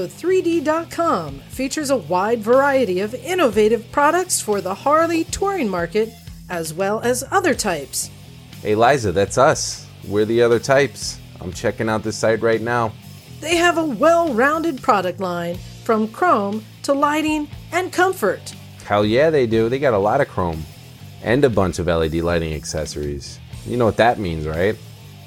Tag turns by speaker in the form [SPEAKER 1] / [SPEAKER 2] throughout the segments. [SPEAKER 1] Zero3D.com features a wide variety of innovative products for the Harley touring market, as well as other types.
[SPEAKER 2] Hey, Liza, that's us. We're the other types. I'm checking out this site right now.
[SPEAKER 1] They have a well rounded product line from chrome to lighting and comfort.
[SPEAKER 2] Hell yeah, they do. They got a lot of chrome and a bunch of LED lighting accessories. You know what that means, right?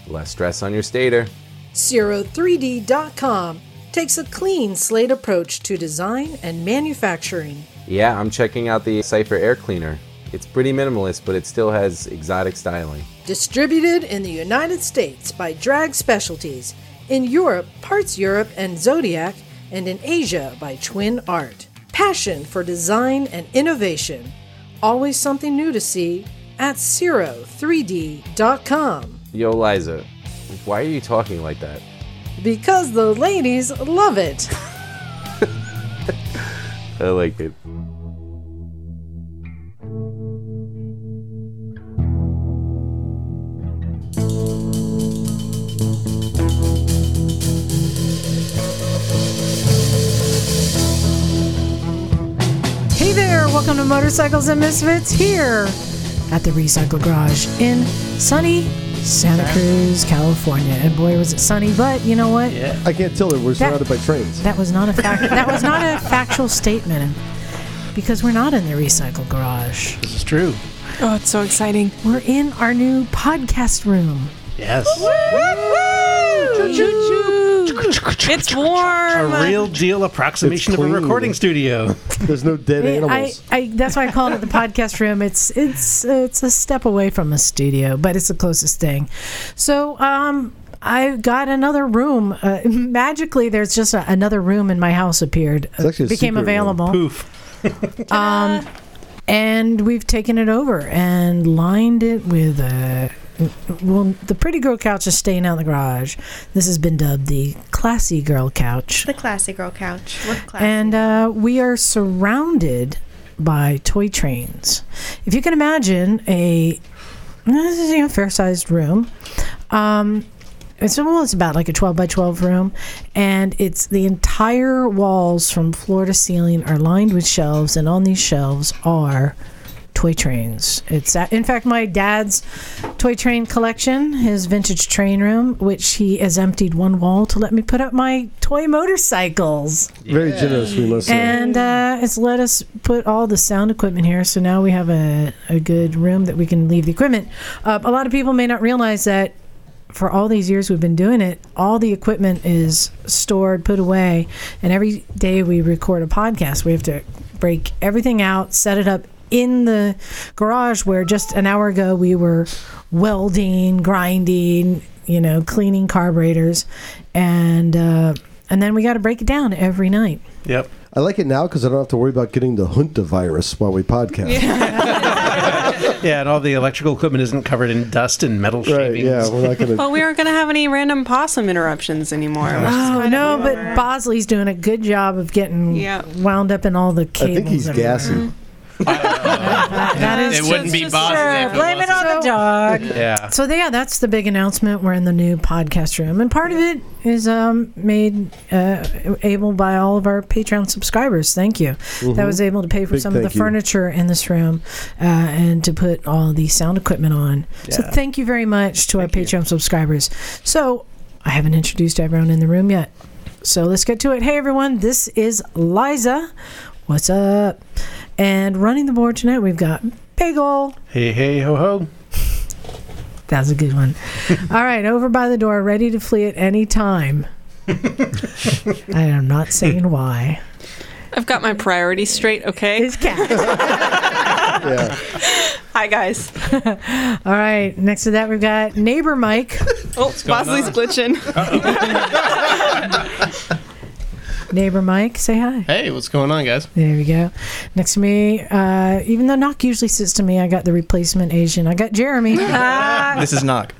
[SPEAKER 2] Less stress on your stator.
[SPEAKER 1] Zero3D.com takes a clean slate approach to design and manufacturing.
[SPEAKER 2] Yeah, I'm checking out the Cypher air cleaner. It's pretty minimalist, but it still has exotic styling.
[SPEAKER 1] Distributed in the United States by Drag Specialties, in Europe, Parts Europe and Zodiac, and in Asia by Twin Art. Passion for design and innovation. Always something new to see at Zero3D.com.
[SPEAKER 2] Yo, Liza, why are you talking like that?
[SPEAKER 1] Because the ladies love it.
[SPEAKER 2] I like it.
[SPEAKER 1] Hey there, welcome to Motorcycles and Misfits here at the Recycle Garage in sunny Santa Cruz, California. And boy, was it sunny, but you know what?
[SPEAKER 3] I can't tell that we're surrounded by trains.
[SPEAKER 1] That was not a fact. that was not a factual statement because we're not in the Recycle Garage.
[SPEAKER 4] This is true.
[SPEAKER 5] Oh, it's so exciting.
[SPEAKER 1] We're in our new podcast room.
[SPEAKER 4] Yes.
[SPEAKER 5] It's warm.
[SPEAKER 4] A real deal approximation
[SPEAKER 3] It's
[SPEAKER 4] of a
[SPEAKER 3] clean.
[SPEAKER 4] recording studio.
[SPEAKER 3] There's no dead
[SPEAKER 1] I,
[SPEAKER 3] animals.
[SPEAKER 1] I, that's why I called it the podcast room. It's it's it's a step away from a studio, but it's the closest thing. So um, I've got another room. Uh, magically, there's just a, another room in my house appeared. uh,
[SPEAKER 3] actually a
[SPEAKER 1] became
[SPEAKER 3] secret room.
[SPEAKER 1] available. Um,
[SPEAKER 4] Poof.
[SPEAKER 1] and we've taken it over and lined it with a well the pretty girl couch is staying out in the garage this has been dubbed the classy girl couch
[SPEAKER 6] The classy girl couch. We're classy.
[SPEAKER 1] and uh, we are surrounded by toy trains if you can imagine a this is, you know, fair-sized room um, it's well, it's about like a 12 by 12 room, and it's the entire walls from floor to ceiling are lined with shelves, and on these shelves are toy trains. It's uh, in fact my dad's toy train collection, his vintage train room, which he has emptied one wall to let me put up my toy motorcycles,
[SPEAKER 3] Very generous, we must say.
[SPEAKER 1] and uh, it's let us put all the sound equipment here. So now we have a a good room that we can leave the equipment. Uh, a lot of people may not realize that for all these years we've been doing it, all the equipment is stored, put away, and every day we record a podcast, we have to break everything out, set it up in the garage where just an hour ago we were welding, grinding, you know, cleaning carburetors, and uh, and then we got to break it down every night.
[SPEAKER 4] Yep.
[SPEAKER 3] I like it now because I don't have to worry about getting the junta virus while we podcast.
[SPEAKER 4] Yeah, and all the electrical equipment isn't covered in dust and metal
[SPEAKER 3] Right?
[SPEAKER 4] shavings.
[SPEAKER 3] Yeah, we're not going to.
[SPEAKER 5] Well, we aren't going to have any random possum interruptions anymore.
[SPEAKER 1] Oh no, but Bosley's doing a good job of getting
[SPEAKER 5] Yeah.
[SPEAKER 1] wound up in all the
[SPEAKER 3] I
[SPEAKER 1] cables.
[SPEAKER 3] think he's
[SPEAKER 1] everywhere.
[SPEAKER 3] gassy.
[SPEAKER 1] That is
[SPEAKER 7] It wouldn't be bothered if it
[SPEAKER 1] blame it
[SPEAKER 7] wasn't.
[SPEAKER 1] on the dog.
[SPEAKER 4] Yeah.
[SPEAKER 1] So yeah, that's the big announcement. We're in the new podcast room, and part of it is um, made uh, able by all of our Patreon subscribers. Thank you. That was able to pay for
[SPEAKER 3] Mm-hmm. Big
[SPEAKER 1] some of the
[SPEAKER 3] thank you.
[SPEAKER 1] furniture in this room, uh, and to put all the sound equipment on. So
[SPEAKER 4] Yeah.
[SPEAKER 1] thank you very much to our Patreon subscribers. So I haven't introduced everyone in the room yet. So let's get to it. Hey everyone, this is Liza. What's up? And running the board tonight, we've got Big Ol'.
[SPEAKER 4] Hey, hey, ho, ho.
[SPEAKER 1] That's a good one. All right, over by the door, ready to flee at any time. I am not saying why.
[SPEAKER 5] I've got my priorities straight, okay?
[SPEAKER 1] It's cat.
[SPEAKER 3] Yeah.
[SPEAKER 5] Hi, guys.
[SPEAKER 1] All right, next to that we've got neighbor Mike.
[SPEAKER 5] Oh, Bosley's glitching.
[SPEAKER 1] Neighbor Mike, say hi.
[SPEAKER 7] Hey, what's going on, guys?
[SPEAKER 1] There we go. Next to me, uh, even though Knock usually sits to me, I got the replacement Asian. I got Jeremy
[SPEAKER 7] This is Knock.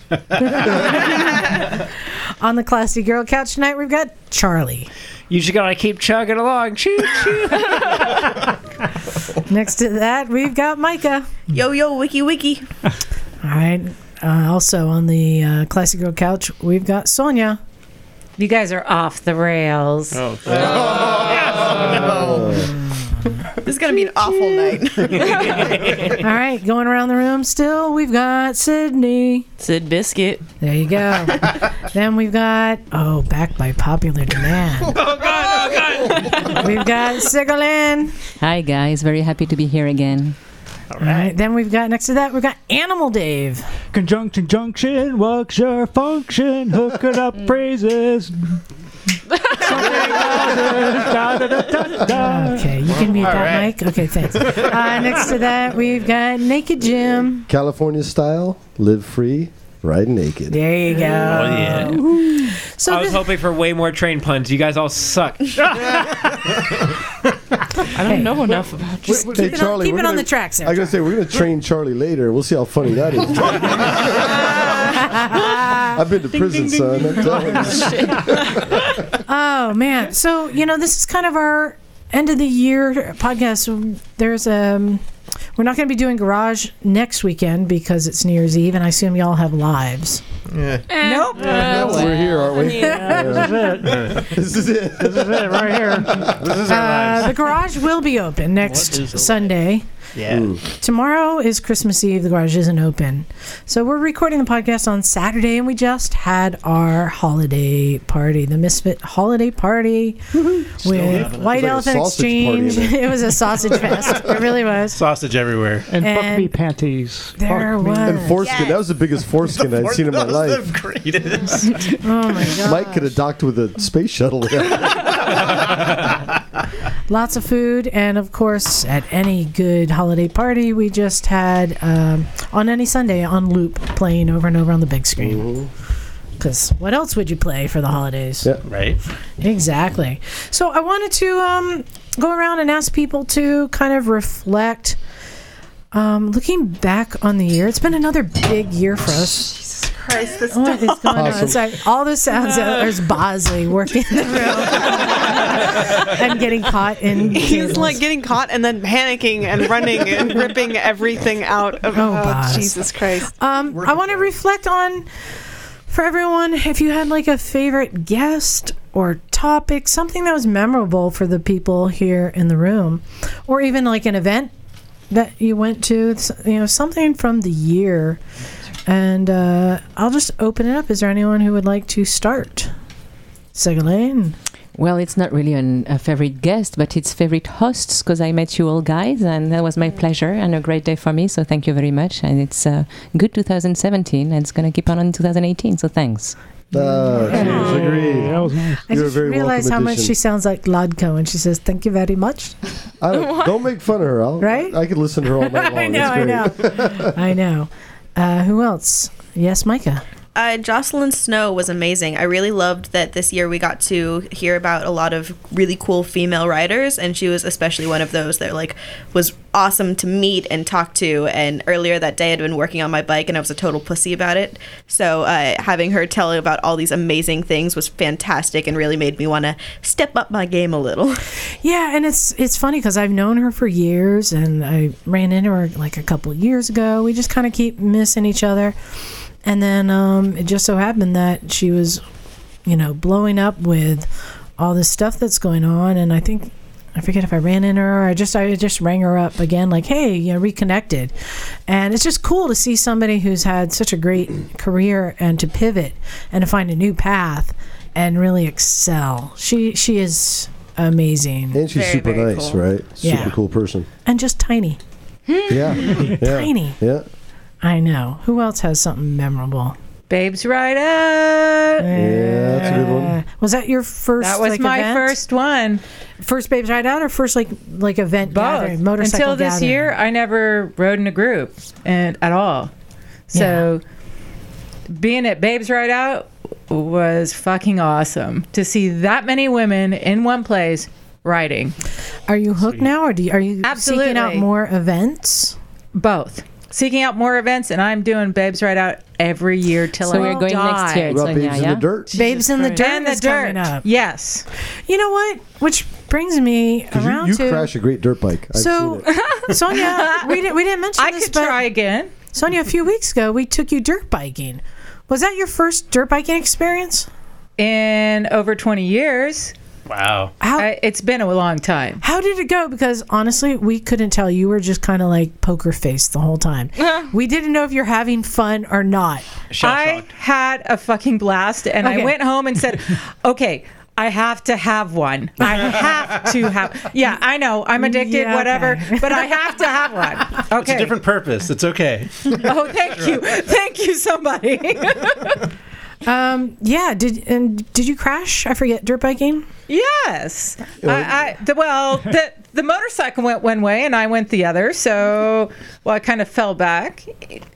[SPEAKER 1] on the classy girl couch tonight. We've got Charlie.
[SPEAKER 4] You just gotta keep chugging along. Choo choo.
[SPEAKER 1] Next to that we've got Micah.
[SPEAKER 6] yo, yo, wiki, wiki.
[SPEAKER 1] All right. Uh, also on the uh, classy girl couch, we've got Sonia.
[SPEAKER 8] You guys are off the rails.
[SPEAKER 7] Oh,
[SPEAKER 6] This is gonna be an awful night.
[SPEAKER 1] All right, going around the room still, we've got Sydney.
[SPEAKER 9] Sid Biscuit.
[SPEAKER 1] There you go. then we've got, oh, back by popular demand.
[SPEAKER 7] oh God! Oh God!
[SPEAKER 1] we've got Sigalin.
[SPEAKER 10] Hi guys, very happy to be here again.
[SPEAKER 1] All right, then we've got, next to that, we've got Animal Dave.
[SPEAKER 11] Conjunction junction, what's your function? Hook it up phrases.
[SPEAKER 1] Okay, you can mute
[SPEAKER 7] All
[SPEAKER 1] that
[SPEAKER 7] right.
[SPEAKER 1] mic. Okay, thanks. Uh, next to that, we've got Naked Jim.
[SPEAKER 3] California style, live free, ride naked.
[SPEAKER 1] There you go.
[SPEAKER 12] Oh, yeah.
[SPEAKER 1] So
[SPEAKER 12] I was
[SPEAKER 1] this-
[SPEAKER 12] hoping for way more train puns. You guys all suck.
[SPEAKER 9] I don't
[SPEAKER 1] Hey.
[SPEAKER 9] know enough about you.
[SPEAKER 1] keep it on- keep
[SPEAKER 3] we're
[SPEAKER 1] it on
[SPEAKER 3] gonna-
[SPEAKER 1] the track, sir.
[SPEAKER 3] I gotta say, we're gonna train Charlie later. We'll see how funny that is. I've been to prison, son. I'm telling you.
[SPEAKER 1] Oh man! So you know, this is kind of our end of the year podcast. There's um, we're not going to be doing garage next weekend because it's New Year's Eve, and I assume y'all have lives.
[SPEAKER 7] Yeah.
[SPEAKER 1] Nope.
[SPEAKER 3] We're here, aren't we? This is it.
[SPEAKER 4] This is it right here. This is our
[SPEAKER 1] Uh,
[SPEAKER 4] lives.
[SPEAKER 1] the garage will be
[SPEAKER 7] is
[SPEAKER 1] open next
[SPEAKER 7] it?
[SPEAKER 1] Sunday.
[SPEAKER 4] Yeah.
[SPEAKER 1] Tomorrow is Christmas Eve. The garage isn't open. So we're recording the podcast on Saturday, and we just had our holiday party, the Misfit holiday party with White
[SPEAKER 3] It was like a
[SPEAKER 1] Elephant
[SPEAKER 3] sausage party,
[SPEAKER 1] Exchange.
[SPEAKER 3] isn't
[SPEAKER 1] it was a sausage fest. It really was.
[SPEAKER 4] Sausage everywhere.
[SPEAKER 11] And, fuck
[SPEAKER 1] And
[SPEAKER 11] me panties. Fuck
[SPEAKER 1] There
[SPEAKER 11] me.
[SPEAKER 1] was.
[SPEAKER 3] And foreskin. That was the biggest foreskin I'd seen in my life.
[SPEAKER 7] greatest.
[SPEAKER 1] oh my God.
[SPEAKER 3] Mike could have docked with a space shuttle. Ah,
[SPEAKER 1] Lots of food, and of course, at any good holiday party, we just had um, on any Sunday on loop playing over and over on the big screen. Because what else would you play for the holidays?
[SPEAKER 3] Mm-hmm. Yeah.
[SPEAKER 4] Right?
[SPEAKER 1] Exactly. So I wanted to um, go around and ask people to kind of reflect. Um, looking back on the year, it's been another big year for us.
[SPEAKER 6] Christ, this
[SPEAKER 1] What is going on?
[SPEAKER 3] Awesome.
[SPEAKER 1] Sorry, all the sounds. out there's Bosley working the room and getting caught in.
[SPEAKER 5] He's
[SPEAKER 1] cables.
[SPEAKER 5] like getting caught and then panicking and running and ripping everything out of
[SPEAKER 1] Oh,
[SPEAKER 5] oh,
[SPEAKER 1] boss.
[SPEAKER 5] Jesus Christ.
[SPEAKER 1] Um, I want to reflect on for everyone if you had like a favorite guest or topic, something that was memorable for the people here in the room, or even like an event that you went to, s- you know, something from the year. And uh, I'll just open it up. Is there anyone who would like to start? Segalaine.
[SPEAKER 10] Well, it's not really an, a favorite guest, but it's favorite hosts because I met you all guys, and that was my pleasure and a great day for me. So thank you very much, and it's a good 2017, and it's gonna keep on in 2018. So thanks.
[SPEAKER 3] Ah, cheers, agreed.
[SPEAKER 11] That was nice.
[SPEAKER 1] I
[SPEAKER 3] You're a
[SPEAKER 1] just
[SPEAKER 3] very
[SPEAKER 1] realized how
[SPEAKER 3] welcome
[SPEAKER 1] much
[SPEAKER 3] addition.
[SPEAKER 1] she sounds like Lodko when she says, Thank you very much.
[SPEAKER 3] I don't, don't make fun of her. I'll,
[SPEAKER 1] Right?
[SPEAKER 3] I could listen to her all night long.
[SPEAKER 1] I know, I know.
[SPEAKER 3] It's
[SPEAKER 1] I know. Uh, who else? Yes, Micah.
[SPEAKER 6] Uh, Jocelyn Snow was amazing. I really loved that this year we got to hear about a lot of really cool female writers, and she was especially one of those that like was awesome to meet and talk to. And earlier that day, I'd been working on my bike, and I was a total pussy about it. So uh, having her tell about all these amazing things was fantastic, and really made me want to step up my game a little.
[SPEAKER 1] Yeah, and it's it's funny because I've known her for years, and I ran into her like a couple of years ago. We just kind of keep missing each other, and then um, it just so happened that she was, you know, blowing up with all this stuff that's going on, and I think. I forget if I ran into her. Or I just I just rang her up again, like, hey, you know, reconnected, and it's just cool to see somebody who's had such a great career and to pivot and to find a new path and really excel. She she is amazing.
[SPEAKER 3] And she's
[SPEAKER 6] Very,
[SPEAKER 3] super
[SPEAKER 6] very
[SPEAKER 3] nice,
[SPEAKER 6] cool.
[SPEAKER 3] right? Super
[SPEAKER 1] Yeah.
[SPEAKER 3] cool person.
[SPEAKER 1] and just tiny,
[SPEAKER 3] Yeah. yeah.
[SPEAKER 1] tiny.
[SPEAKER 3] Yeah.
[SPEAKER 1] I know. Who else has something memorable?
[SPEAKER 8] Babes Right Up.
[SPEAKER 3] Yeah, that's a good one.
[SPEAKER 1] Uh, was that your first?
[SPEAKER 8] That was
[SPEAKER 1] like,
[SPEAKER 8] my
[SPEAKER 1] event?
[SPEAKER 8] first one.
[SPEAKER 1] first babes ride out, or first like like event
[SPEAKER 8] Both.
[SPEAKER 1] gathering, motorcycle
[SPEAKER 8] Until this
[SPEAKER 1] gathering?
[SPEAKER 8] year, I never rode in a group and at all. So being at Babes Right Out was fucking awesome to see that many women in one place riding.
[SPEAKER 1] Are you hooked now, or do you, are you seeking out
[SPEAKER 8] Absolutely.
[SPEAKER 1] more events?
[SPEAKER 8] Both. Seeking out more events, and I'm doing Babes Right Out every year till
[SPEAKER 10] So
[SPEAKER 8] I
[SPEAKER 10] we're going
[SPEAKER 8] die.
[SPEAKER 10] next year.
[SPEAKER 3] What about
[SPEAKER 10] Sonia,
[SPEAKER 3] Babes in
[SPEAKER 10] yeah?
[SPEAKER 3] the Dirt?
[SPEAKER 1] babes in the dirt
[SPEAKER 8] And the
[SPEAKER 1] is coming
[SPEAKER 8] dirt.
[SPEAKER 1] up.
[SPEAKER 8] Yes.
[SPEAKER 1] You know what? Which brings me
[SPEAKER 3] 'Cause
[SPEAKER 1] around
[SPEAKER 3] you, you
[SPEAKER 1] to
[SPEAKER 3] crash a great dirt bike. I've
[SPEAKER 1] so
[SPEAKER 3] seen it.
[SPEAKER 1] Sonia. We didn't we didn't mention
[SPEAKER 8] I
[SPEAKER 1] this,
[SPEAKER 8] could
[SPEAKER 1] but
[SPEAKER 8] try again.
[SPEAKER 1] Sonia, a few weeks ago we took you dirt biking. Was that your first dirt biking experience?
[SPEAKER 8] in over 20 years.
[SPEAKER 12] Wow.
[SPEAKER 8] I- it's been a long time.
[SPEAKER 1] How did it go? Because honestly, we couldn't tell. You were just kind of like poker face the whole time. we didn't know if you're having fun or not.
[SPEAKER 8] I had a fucking blast and
[SPEAKER 1] Okay.
[SPEAKER 8] I went home and said, okay, I have to have one. I have to have. Yeah, I know. I'm addicted,
[SPEAKER 4] Yeah,
[SPEAKER 8] whatever,
[SPEAKER 4] okay.
[SPEAKER 8] but I have to have one. Okay.
[SPEAKER 4] It's a different purpose. It's okay.
[SPEAKER 8] oh, thank you. Thank you, somebody.
[SPEAKER 1] um, yeah. Did and did you crash? I forget dirt biking.
[SPEAKER 8] Yes. I, I, the, well, the, the motorcycle went one way and I went the other. So, well, I kind of fell back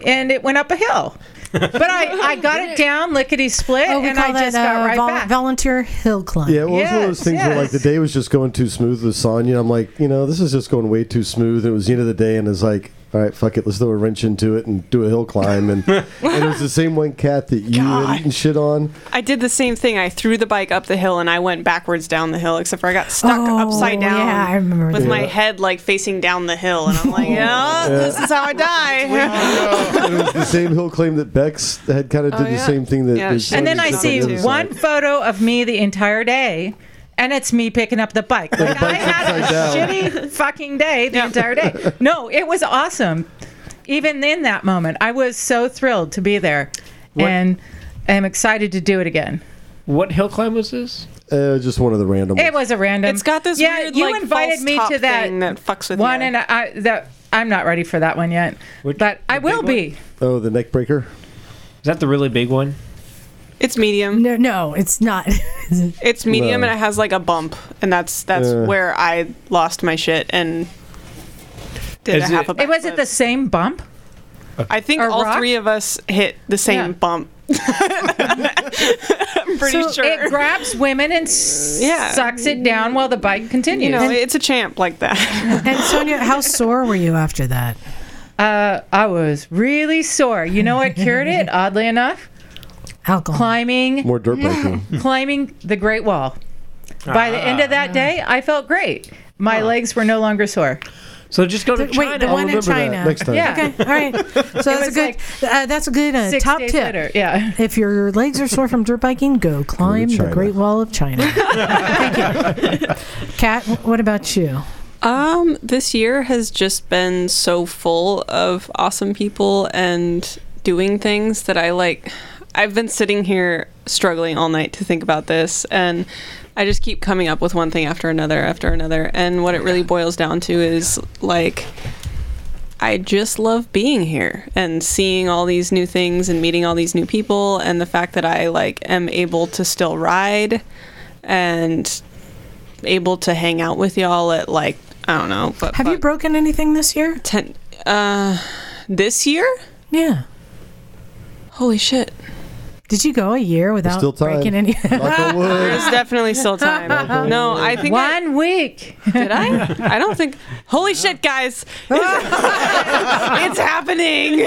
[SPEAKER 8] and it went up a hill. But I, I got it down lickety split
[SPEAKER 1] Oh, we
[SPEAKER 8] and
[SPEAKER 1] call
[SPEAKER 8] I
[SPEAKER 1] that
[SPEAKER 8] just got
[SPEAKER 1] uh,
[SPEAKER 8] right
[SPEAKER 1] vol-
[SPEAKER 8] back.
[SPEAKER 1] volunteer hill climb.
[SPEAKER 3] Yeah, it was one of those things where like the day was just going too smooth with Sonya. I'm like, you know, this is just going way too smooth. And it was the end of the day, and it's like, all right, fuck it, let's throw a wrench into it and do a hill climb. And, and it was the same one cat that you had eaten shit on.
[SPEAKER 5] I did the same thing. I threw the bike up the hill and I went backwards down the hill, except for I got stuck upside down
[SPEAKER 1] Oh, yeah, I remember
[SPEAKER 5] with
[SPEAKER 1] that.
[SPEAKER 5] my
[SPEAKER 1] Yeah.
[SPEAKER 5] head like facing down the hill. And I'm like, yeah,
[SPEAKER 3] Yeah.
[SPEAKER 5] this is how I die.
[SPEAKER 3] And it was the same hill claim that Bex had kind of
[SPEAKER 8] Oh,
[SPEAKER 3] did the same thing that.
[SPEAKER 5] Yeah,
[SPEAKER 3] that
[SPEAKER 5] she-
[SPEAKER 3] Sonya
[SPEAKER 8] and then
[SPEAKER 3] did
[SPEAKER 8] I
[SPEAKER 3] on the
[SPEAKER 8] see
[SPEAKER 3] other side.
[SPEAKER 8] one photo of me the entire day, and it's me picking up the bike. Like I had a shitty fucking day the entire day. No, it was awesome. Even in that moment, I was so thrilled to be there,
[SPEAKER 12] What-
[SPEAKER 8] and I'm excited to do it again.
[SPEAKER 12] What hill climb was this?
[SPEAKER 3] Uh, just one of the random.
[SPEAKER 8] It was a random.
[SPEAKER 5] It's got this
[SPEAKER 8] Yeah,
[SPEAKER 5] weird,
[SPEAKER 8] you
[SPEAKER 5] like,
[SPEAKER 8] invited
[SPEAKER 5] false
[SPEAKER 8] me
[SPEAKER 5] top
[SPEAKER 8] to that
[SPEAKER 5] thing that fucks with
[SPEAKER 8] one,
[SPEAKER 5] you.
[SPEAKER 8] and I that I'm not ready for that one yet, but I will be.
[SPEAKER 3] Oh, the neck breaker.
[SPEAKER 12] Is that the really big one?
[SPEAKER 5] it's medium.
[SPEAKER 1] No, no, it's not.
[SPEAKER 5] it's medium
[SPEAKER 12] No.
[SPEAKER 5] and it has like a bump. And that's that's
[SPEAKER 12] Yeah.
[SPEAKER 5] where I lost my shit and did
[SPEAKER 12] Is
[SPEAKER 5] a half a
[SPEAKER 8] It was it the same bump.
[SPEAKER 5] I think
[SPEAKER 8] Or
[SPEAKER 5] all
[SPEAKER 8] rock?
[SPEAKER 5] three of us hit the same
[SPEAKER 8] Yeah.
[SPEAKER 5] bump. I'm pretty
[SPEAKER 8] So
[SPEAKER 5] sure.
[SPEAKER 8] it grabs women and s-
[SPEAKER 5] Yeah.
[SPEAKER 8] sucks it down while the bike continues.
[SPEAKER 5] you know, it's a champ like that.
[SPEAKER 1] and Sonia, how sore were you after that?
[SPEAKER 8] Uh, I was really sore. You know what cured it? Oddly enough,
[SPEAKER 1] alcohol.
[SPEAKER 8] Climbing
[SPEAKER 3] More dirt biking.
[SPEAKER 8] climbing the Great Wall. By the end of
[SPEAKER 5] Ah.
[SPEAKER 8] that day, I felt great. My legs were no longer sore.
[SPEAKER 12] So just go
[SPEAKER 1] to The- wait, China. the one in China. Next time.
[SPEAKER 8] Yeah.
[SPEAKER 1] Okay. All right. So that's a good. uh, that's a good uh,
[SPEAKER 8] six
[SPEAKER 1] top
[SPEAKER 8] days
[SPEAKER 1] tip.
[SPEAKER 8] later, yeah.
[SPEAKER 1] If your legs are sore from dirt biking, go climb the
[SPEAKER 5] China.
[SPEAKER 1] Great Wall of China. Thank you, Kat. wh- What about you?
[SPEAKER 5] Um, this year has just been so full of awesome people and doing things that I like. I've been sitting here struggling all night to think about this, and I just keep coming up with one thing after another after another. And what it really boils down to is like, I just love being here and seeing all these new things and meeting all these new people, and the fact that I like am able to still ride and able to hang out with y'all at like I don't know. But
[SPEAKER 1] Have you broken anything this year?
[SPEAKER 5] Ten. Uh, this year?
[SPEAKER 1] Yeah.
[SPEAKER 5] Holy shit!
[SPEAKER 1] Did you go a year without
[SPEAKER 5] still time.
[SPEAKER 1] breaking any?
[SPEAKER 5] There's definitely still time. No, I think I-
[SPEAKER 8] one week.
[SPEAKER 5] did I? I don't think. Holy shit, guys! it's happening.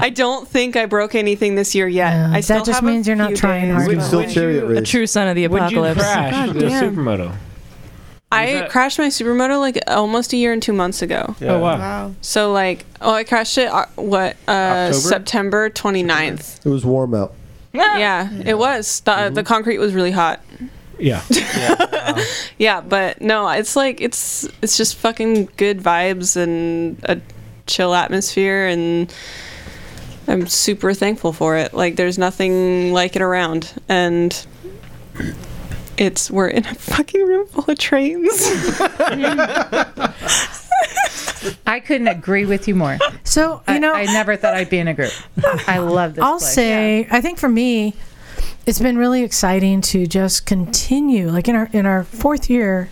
[SPEAKER 5] I don't think I broke anything this year yet. I still
[SPEAKER 1] that just
[SPEAKER 5] have a
[SPEAKER 1] means you're not
[SPEAKER 5] few
[SPEAKER 1] trying
[SPEAKER 5] days.
[SPEAKER 1] hard
[SPEAKER 5] Would-
[SPEAKER 1] enough.
[SPEAKER 5] would you-
[SPEAKER 12] A true
[SPEAKER 9] son of the
[SPEAKER 12] Would you
[SPEAKER 9] apocalypse.
[SPEAKER 12] crash
[SPEAKER 9] God
[SPEAKER 12] the
[SPEAKER 5] damn.
[SPEAKER 12] supermoto?
[SPEAKER 5] I crashed my supermoto like almost a year and two months ago.
[SPEAKER 12] Yeah. Oh, wow. Wow.
[SPEAKER 5] So like, oh, I crashed it. Uh, what? Uh,
[SPEAKER 3] October?
[SPEAKER 5] September 29th.
[SPEAKER 3] It was warm out.
[SPEAKER 5] Yeah, it was. The, the concrete was really hot.
[SPEAKER 12] Yeah.
[SPEAKER 5] Yeah, but no, it's like it's it's just fucking good vibes and a chill atmosphere and I'm super thankful for it. Like there's nothing like it around and it's we're in a fucking room full of trains.
[SPEAKER 8] I couldn't agree with you more.
[SPEAKER 1] So
[SPEAKER 8] you know, I, never thought I'd be in a group. I love this.
[SPEAKER 1] I'll
[SPEAKER 8] place.
[SPEAKER 1] say, I think for me, it's been really exciting to just continue, like in our in our fourth year,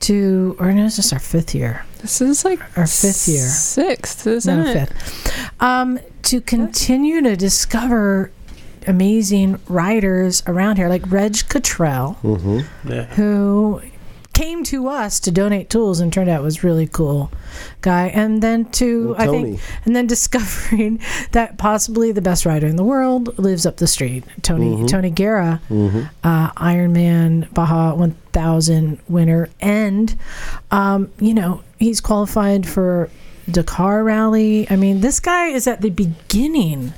[SPEAKER 1] to or no, it's just our fifth year.
[SPEAKER 5] This is like
[SPEAKER 1] our fifth year,
[SPEAKER 5] sixth, isn't
[SPEAKER 1] no,
[SPEAKER 5] it?
[SPEAKER 1] fifth. Um, to continue to discover amazing writers around here, like Reg Cottrell
[SPEAKER 3] Mm-hmm.
[SPEAKER 1] who came to us to donate tools and turned out was really cool guy and then to
[SPEAKER 3] Well,
[SPEAKER 1] i think
[SPEAKER 3] Tony.
[SPEAKER 1] and then discovering that possibly the best rider in the world lives up the street tony
[SPEAKER 3] Mhm.
[SPEAKER 1] tony guerra
[SPEAKER 3] Mm-hmm.
[SPEAKER 1] uh, ironman baja 1000 winner and um, you know he's qualified for dakar rally i mean this guy is at the beginning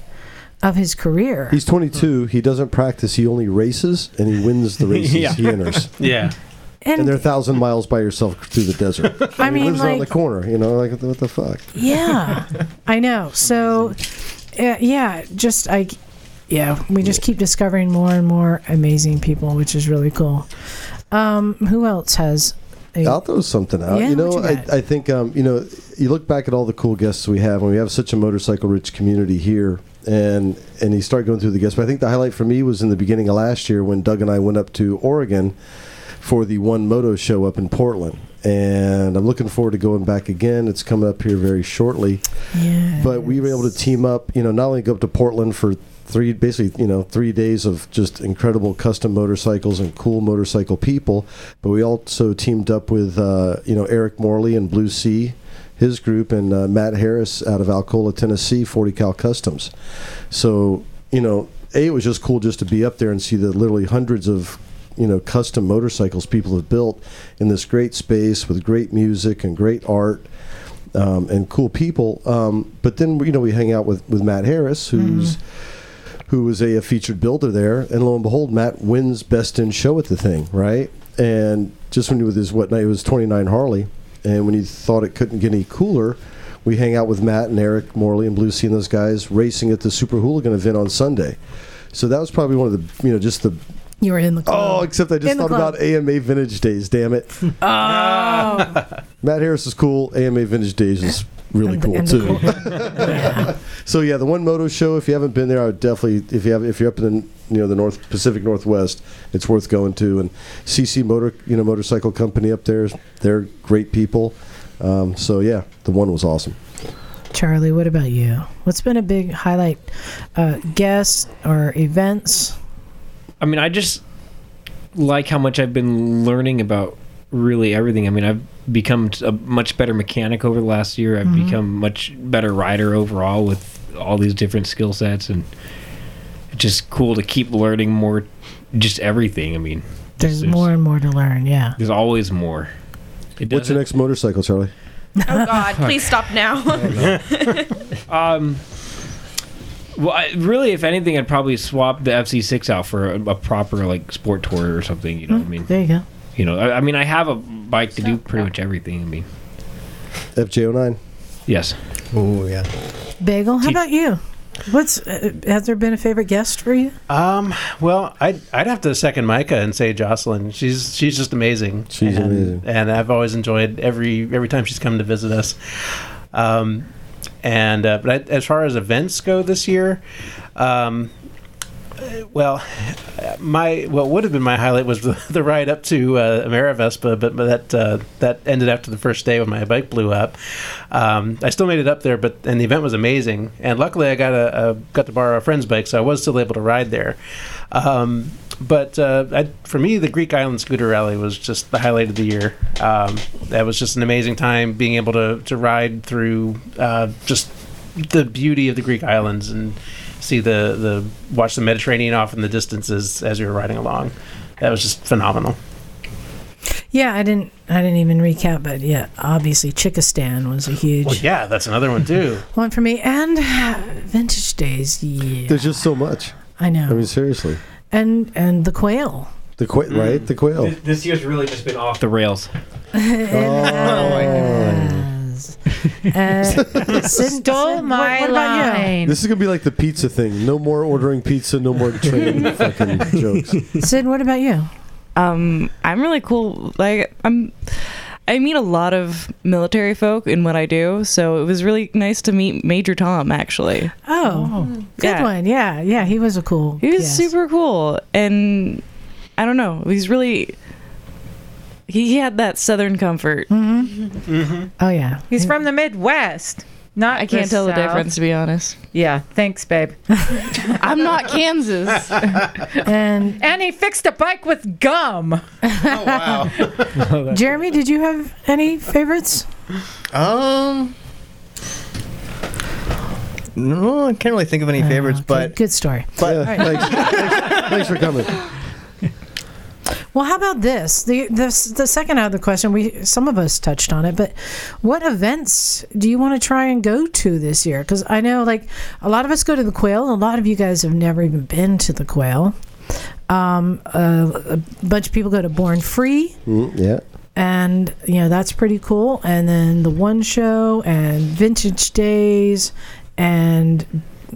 [SPEAKER 1] of his career.
[SPEAKER 3] He's 22. He doesn't practice. He only races, and he wins the races
[SPEAKER 1] Yeah.
[SPEAKER 3] he enters.
[SPEAKER 4] Yeah.
[SPEAKER 3] And,
[SPEAKER 1] And-
[SPEAKER 3] they're a thousand miles by yourself through the desert.
[SPEAKER 1] I
[SPEAKER 3] And he
[SPEAKER 1] mean,
[SPEAKER 3] lives around the
[SPEAKER 1] like-
[SPEAKER 3] corner. You know, like what the- what the fuck?
[SPEAKER 1] Yeah, I know. So, uh, yeah, just I, yeah, we just keep discovering more and more amazing people, which is really cool. Um, who else has? A,
[SPEAKER 3] I'll throw something out.
[SPEAKER 1] Yeah,
[SPEAKER 3] you know,
[SPEAKER 1] what you
[SPEAKER 3] I, I think um, you know, you look back at all the cool guests we have, and we have such a motorcycle rich community here. And and you start going through the guests, but I think the highlight for me was in the beginning of last year when Doug and I went up to Oregon for the One Moto show up in Portland. And I'm looking forward to going back again. It's coming up here very shortly.
[SPEAKER 1] Yeah.
[SPEAKER 3] But we were able to team up, you know, not only go up to Portland for three, basically, you know, three days of just incredible custom motorcycles and cool motorcycle people, but we also teamed up with, uh, you know, Eric Morley and Blue Sea, his group, and uh, Matt Harris out of Alcola, Tennessee, 40 Cal Customs. So, you know, A, it was just cool just to be up there and see the literally hundreds of you know custom motorcycles people have built in this great space with great music and great art um, and cool people. Um, but then you know we hang out with with Matt Harris, who's who was a, a featured builder there, and lo and behold, Matt wins best in show at the thing, right? And just when he was his what night it was twenty nine Harley, and when he thought it couldn't get any cooler. We hang out with Matt and Eric Morley and Blue Sea and those guys racing at the Super Hooligan event on Sunday. So that was probably one of the, you know, just the.
[SPEAKER 1] You were in the
[SPEAKER 3] Oh, except I just
[SPEAKER 1] Uh, In the
[SPEAKER 3] thought
[SPEAKER 1] club. Oh.
[SPEAKER 3] about AMA Vintage Days, damn it. Matt Harris is cool. AMA Vintage Days is really cool too. so yeah, the One Moto Show. If you haven't been there, I would definitely. If you have, if you're up in the you know the North Pacific Northwest, it's worth going to. And CC Motor, you know, motorcycle company up there, they're great people. Um, so yeah, the one was awesome.
[SPEAKER 1] Charlie, what about you? What's been a big highlight, uh, guest or events?
[SPEAKER 12] I mean, I just like how much I've been learning about really everything. I mean, I've become a much better mechanic over the last year. I've
[SPEAKER 1] Mm-hmm.
[SPEAKER 13] Mhm.
[SPEAKER 12] become much better rider overall with all these different skill sets, and it's just cool to keep learning more. Just everything. I mean,
[SPEAKER 1] There's more and more to learn. Yeah.
[SPEAKER 12] there's always more.
[SPEAKER 3] What's your next motorcycle, Charlie?
[SPEAKER 6] Oh God! Please stop now.
[SPEAKER 12] um, well, I, really, if anything, I'd probably swap the FC6 out for a, a proper like sport tour or something. You know what I mean?
[SPEAKER 1] Hmm, There you go.
[SPEAKER 12] You know, I, I mean, I have a bike to do pretty much everything. I mean,
[SPEAKER 3] FJ09.
[SPEAKER 12] Yes.
[SPEAKER 13] Oh yeah.
[SPEAKER 1] Bagel, how about you? What's uh, has there been a favorite guest for you?
[SPEAKER 4] Um, well, I'd, I'd have to second Micah and say Jocelyn. She's she's just amazing.
[SPEAKER 3] She's
[SPEAKER 4] and,
[SPEAKER 3] amazing.
[SPEAKER 4] and I've always enjoyed every every time she's come to visit us. Um, and uh, but I, as far as events go this year, um, uh, well, my what would have been my highlight was the, the ride up to uh, Amerivespa, but, but that uh, that ended after the first day when my bike blew up. Um, I still made it up there, but and the event was amazing. And luckily, I got a, a got to borrow a friend's bike, so I was still able to ride there. Um, but uh, I, for me, the Greek Island Scooter Rally was just the highlight of the year. Um, that was just an amazing time being able to to ride through uh, just the beauty of the Greek islands and see the, the watch the Mediterranean off in the distances as we were riding along. That was just phenomenal.
[SPEAKER 1] Yeah, I didn't. I didn't even recap, but yeah, obviously Chickistan was a huge
[SPEAKER 4] Well, Oh, yeah, that's another one too.
[SPEAKER 1] one for me, and Vintage Days. Yeah,
[SPEAKER 3] There's just so much.
[SPEAKER 1] I know.
[SPEAKER 3] I mean, seriously,
[SPEAKER 1] and and the quail.
[SPEAKER 3] the quail, right? The quail.
[SPEAKER 12] This, this year's really just been off the rails.
[SPEAKER 1] Oh. And Sid-
[SPEAKER 8] Stole
[SPEAKER 1] Sid, what,
[SPEAKER 8] my
[SPEAKER 1] what about you?
[SPEAKER 8] line.
[SPEAKER 3] This is gonna be like the pizza thing. No more ordering pizza. No more train fucking jokes.
[SPEAKER 1] Sid, what about you?
[SPEAKER 9] Um, I'm really cool. Like I'm I meet a lot of military folk in what I do, so it was really nice to meet Major Tom actually.
[SPEAKER 1] Oh, good one. Yeah, yeah, he was a cool.
[SPEAKER 9] He was super cool and I don't know, he's really he, he had that southern comfort. Mm-hmm.
[SPEAKER 1] Oh yeah.
[SPEAKER 8] He's from the Midwest. Not
[SPEAKER 9] I can't tell the difference, to be honest.
[SPEAKER 8] Yeah, thanks, babe.
[SPEAKER 9] I'm not Kansas.
[SPEAKER 1] and
[SPEAKER 8] and he fixed a bike with gum.
[SPEAKER 1] Oh,
[SPEAKER 8] Oh,
[SPEAKER 1] Jeremy, did you have any favorites?
[SPEAKER 13] Um. No, I can't really think of any favorites, but
[SPEAKER 1] good story.
[SPEAKER 13] But
[SPEAKER 1] All right.
[SPEAKER 3] thanks for coming.
[SPEAKER 1] Well, how about this? The the the second out of the question, we some of us touched on it, but what events do you want to try and go to this year? Because I know like a lot of us go to the Quail. A lot of you guys have never even been to the Quail. Um, a, a bunch of people go to Born Free
[SPEAKER 3] Mm, yeah.
[SPEAKER 1] and you know that's pretty cool and then the one show and vintage days and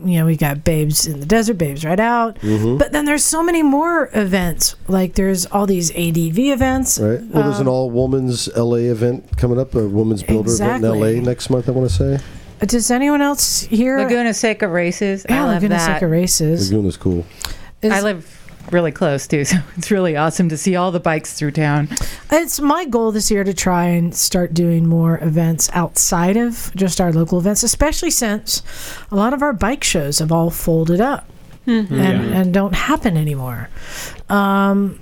[SPEAKER 1] you know we got babes in the desert babes right out
[SPEAKER 3] Mhm.
[SPEAKER 1] but then there's so many more events like there's all these adv events
[SPEAKER 3] Right. Well, there's an
[SPEAKER 1] Um,
[SPEAKER 3] all women's LA event coming up, a women's builder event
[SPEAKER 1] Exactly.
[SPEAKER 3] in LA next month, I want to say.
[SPEAKER 1] does anyone else here
[SPEAKER 8] Laguna Seca races.
[SPEAKER 1] Yeah,
[SPEAKER 8] I love
[SPEAKER 1] Laguna
[SPEAKER 8] that.
[SPEAKER 1] Seca races.
[SPEAKER 3] Laguna's cool.
[SPEAKER 8] I live really close too, so it's really awesome to see all the bikes through town.
[SPEAKER 1] It's my goal this year to try and start doing more events outside of just our local events, especially since a lot of our bike shows have all folded up
[SPEAKER 7] Mhm.
[SPEAKER 1] Hmm, and,
[SPEAKER 14] Mm-hmm.
[SPEAKER 7] Yeah.
[SPEAKER 1] and don't happen anymore. Um,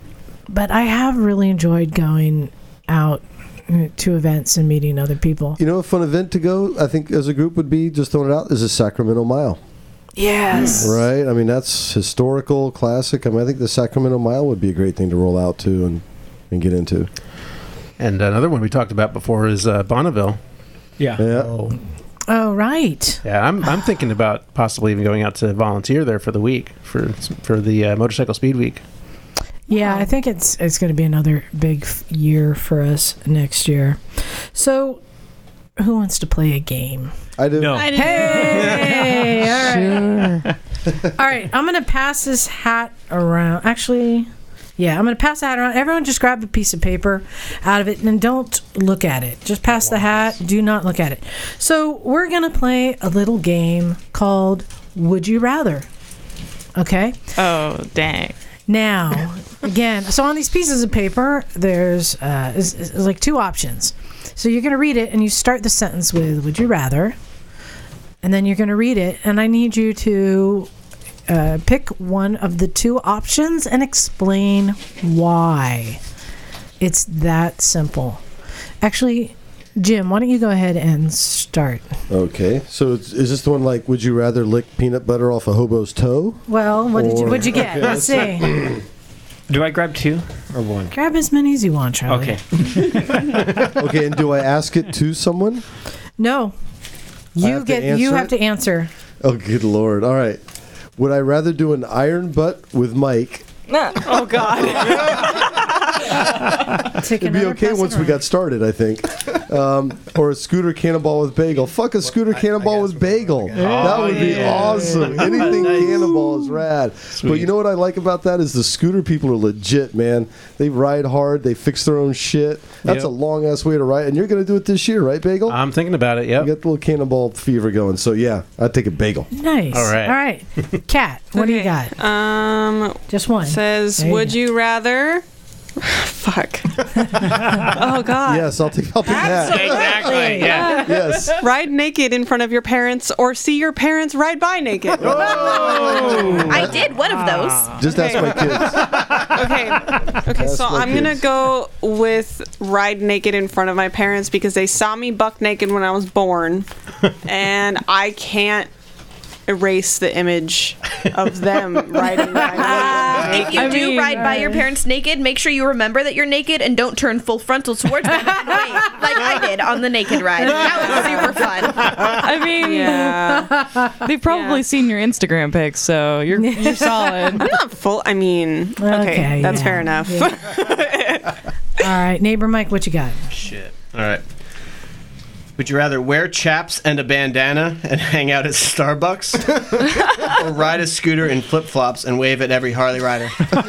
[SPEAKER 1] but I have really enjoyed going out uh, to events and meeting other people.
[SPEAKER 3] You know, a fun event to go, I think, as a group would be just throwing it out, is a Sacramento Mile.
[SPEAKER 1] Yes.
[SPEAKER 3] Right? I mean, that's historical, classic. I mean, I think the Sacramento Mile would be a great thing to roll out to and, and get into.
[SPEAKER 4] And another one we talked about before is uh, Bonneville.
[SPEAKER 12] Yeah.
[SPEAKER 3] Yeah.
[SPEAKER 1] Oh, right.
[SPEAKER 4] Yeah, I'm, I'm thinking about possibly even going out to volunteer there for the week for for the uh, motorcycle speed week.
[SPEAKER 1] Yeah, I think it's it's going to be another big f- year for us next year. So, who wants to play a game?
[SPEAKER 3] I do. No.
[SPEAKER 1] Hey, all right. all right, I'm going to pass this hat around. Actually, yeah, I'm going to pass the hat around. Everyone just grab a piece of paper out of it and don't look at it. Just pass the hat. Do not look at it. So, we're going to play a little game called Would You Rather? Okay?
[SPEAKER 9] Oh, dang.
[SPEAKER 1] Now, again, so on these pieces of paper, there's uh, is, is like two options. So you're going to read it, and you start the sentence with "Would you rather," and then you're going to read it, and I need you to uh, pick one of the two options and explain why. It's that simple. Actually, Jim, why don't you go ahead and start?
[SPEAKER 3] Okay. So it's, is this the one like, would you rather lick peanut butter off a hobo's toe?
[SPEAKER 1] Well, what did you
[SPEAKER 3] Or-
[SPEAKER 1] what'd you get?
[SPEAKER 3] Okay,
[SPEAKER 1] Let's see.
[SPEAKER 12] Do I grab two or one?
[SPEAKER 1] Grab as many as you want, Charlie.
[SPEAKER 12] Okay.
[SPEAKER 3] okay, and do I ask it to someone?
[SPEAKER 1] No.
[SPEAKER 3] I
[SPEAKER 1] You
[SPEAKER 3] have to
[SPEAKER 1] get you
[SPEAKER 3] answer
[SPEAKER 1] have
[SPEAKER 3] it?
[SPEAKER 1] to answer.
[SPEAKER 3] Oh, good lord! All right, would I rather do an iron butt with Mike?
[SPEAKER 7] oh God.
[SPEAKER 3] It'd be okay once we got started, I think. Um, or a scooter cannonball with bagel. Fuck a scooter cannonball with bagel. that would be
[SPEAKER 7] yeah.
[SPEAKER 3] awesome. Anything cannonball is rad. But you know what I like about that is the scooter people are legit, man. They ride hard. They fix their own shit. That's
[SPEAKER 4] Yep.
[SPEAKER 3] a long ass way to ride, and you're gonna do it this year, right, Bagel?
[SPEAKER 4] I'm thinking about it. Yeah.
[SPEAKER 3] You got the little cannonball fever going. So yeah, I'd take a bagel.
[SPEAKER 1] Nice.
[SPEAKER 3] All right.
[SPEAKER 1] All right. Cat, what do you got?
[SPEAKER 5] Um,
[SPEAKER 1] Just one.
[SPEAKER 5] Says,
[SPEAKER 1] There you
[SPEAKER 5] would
[SPEAKER 1] go.
[SPEAKER 5] you rather? Fuck. oh God.
[SPEAKER 3] Yes, I'll take. I'll take
[SPEAKER 5] Absolutely.
[SPEAKER 3] that.
[SPEAKER 5] Yeah.
[SPEAKER 3] yes.
[SPEAKER 5] Ride naked in front of your parents, or see your parents ride by naked.
[SPEAKER 6] I did one of those.
[SPEAKER 3] Oh.
[SPEAKER 1] Ah.
[SPEAKER 3] Just ask my kids.
[SPEAKER 5] Okay, so
[SPEAKER 6] what
[SPEAKER 5] I'm
[SPEAKER 6] it
[SPEAKER 5] gonna
[SPEAKER 6] is.
[SPEAKER 5] go with ride naked in front of my parents because they saw me buck naked when I was born, and I can't erase the image of them riding.
[SPEAKER 6] Um, if you
[SPEAKER 5] I
[SPEAKER 6] do
[SPEAKER 5] mean-
[SPEAKER 6] ride by your parents naked, make sure you remember that you're naked and don't turn full frontal towards them. Wait, like I did on the naked ride. That was super fun.
[SPEAKER 9] I mean, they've probably seen your Instagram pics, so you're you're solid.
[SPEAKER 5] I'm not full. I mean, okay,
[SPEAKER 1] Okay,
[SPEAKER 5] that's
[SPEAKER 1] yeah,
[SPEAKER 5] fair enough.
[SPEAKER 1] All right, neighbor Mike, what you got?
[SPEAKER 13] Shit. All right. Would you rather wear chaps and a bandana and hang out at Starbucks, or ride a scooter in flip flops and wave at every Harley rider? so, so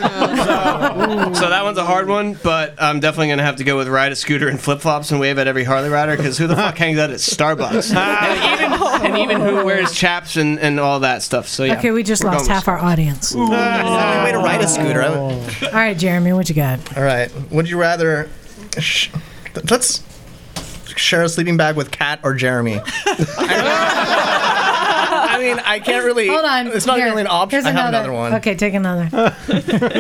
[SPEAKER 13] that one's a hard one, but I'm definitely gonna have to go with ride a scooter in flip flops and wave at every Harley rider because who the fuck hangs out at Starbucks? and, even, and even who wears chaps and, and all that stuff. So Oh, yeah.
[SPEAKER 1] Okay, we just
[SPEAKER 13] we're
[SPEAKER 1] lost
[SPEAKER 13] going
[SPEAKER 1] half our audience. All
[SPEAKER 13] with- Way to ride a scooter. I-
[SPEAKER 1] right, Jeremy, what you got?
[SPEAKER 13] All right. Would you rather? Sh- th- let's share a sleeping bag with Kat or Jeremy. I mean, I can't really.
[SPEAKER 1] Hold on.
[SPEAKER 13] It's not
[SPEAKER 1] Here.
[SPEAKER 13] really an option.
[SPEAKER 1] Here's
[SPEAKER 13] I have another one.
[SPEAKER 1] Okay, take another.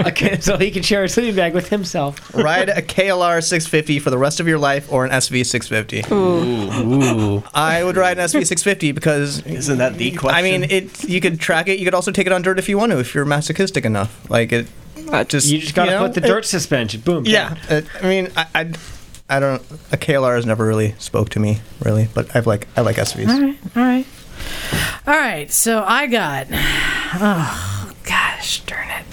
[SPEAKER 12] okay, so he can share a sleeping bag with himself.
[SPEAKER 13] Ride a KLR 650 for the rest of your life or an SV 650.
[SPEAKER 4] Ooh.
[SPEAKER 13] I would ride an SV 650 because isn't that the question? I mean, it. You could track it. You could also take it on dirt if you want to, if you're masochistic enough. Like it.
[SPEAKER 12] I just- You just gotta
[SPEAKER 14] know,
[SPEAKER 12] put the dirt suspension. Boom.
[SPEAKER 14] Yeah. Uh, I mean, I, I, I don't. A KLR has never really spoke to me, really. But I've like, I like SUVs.
[SPEAKER 1] All right, all right, all right. So I got, oh gosh, darn it!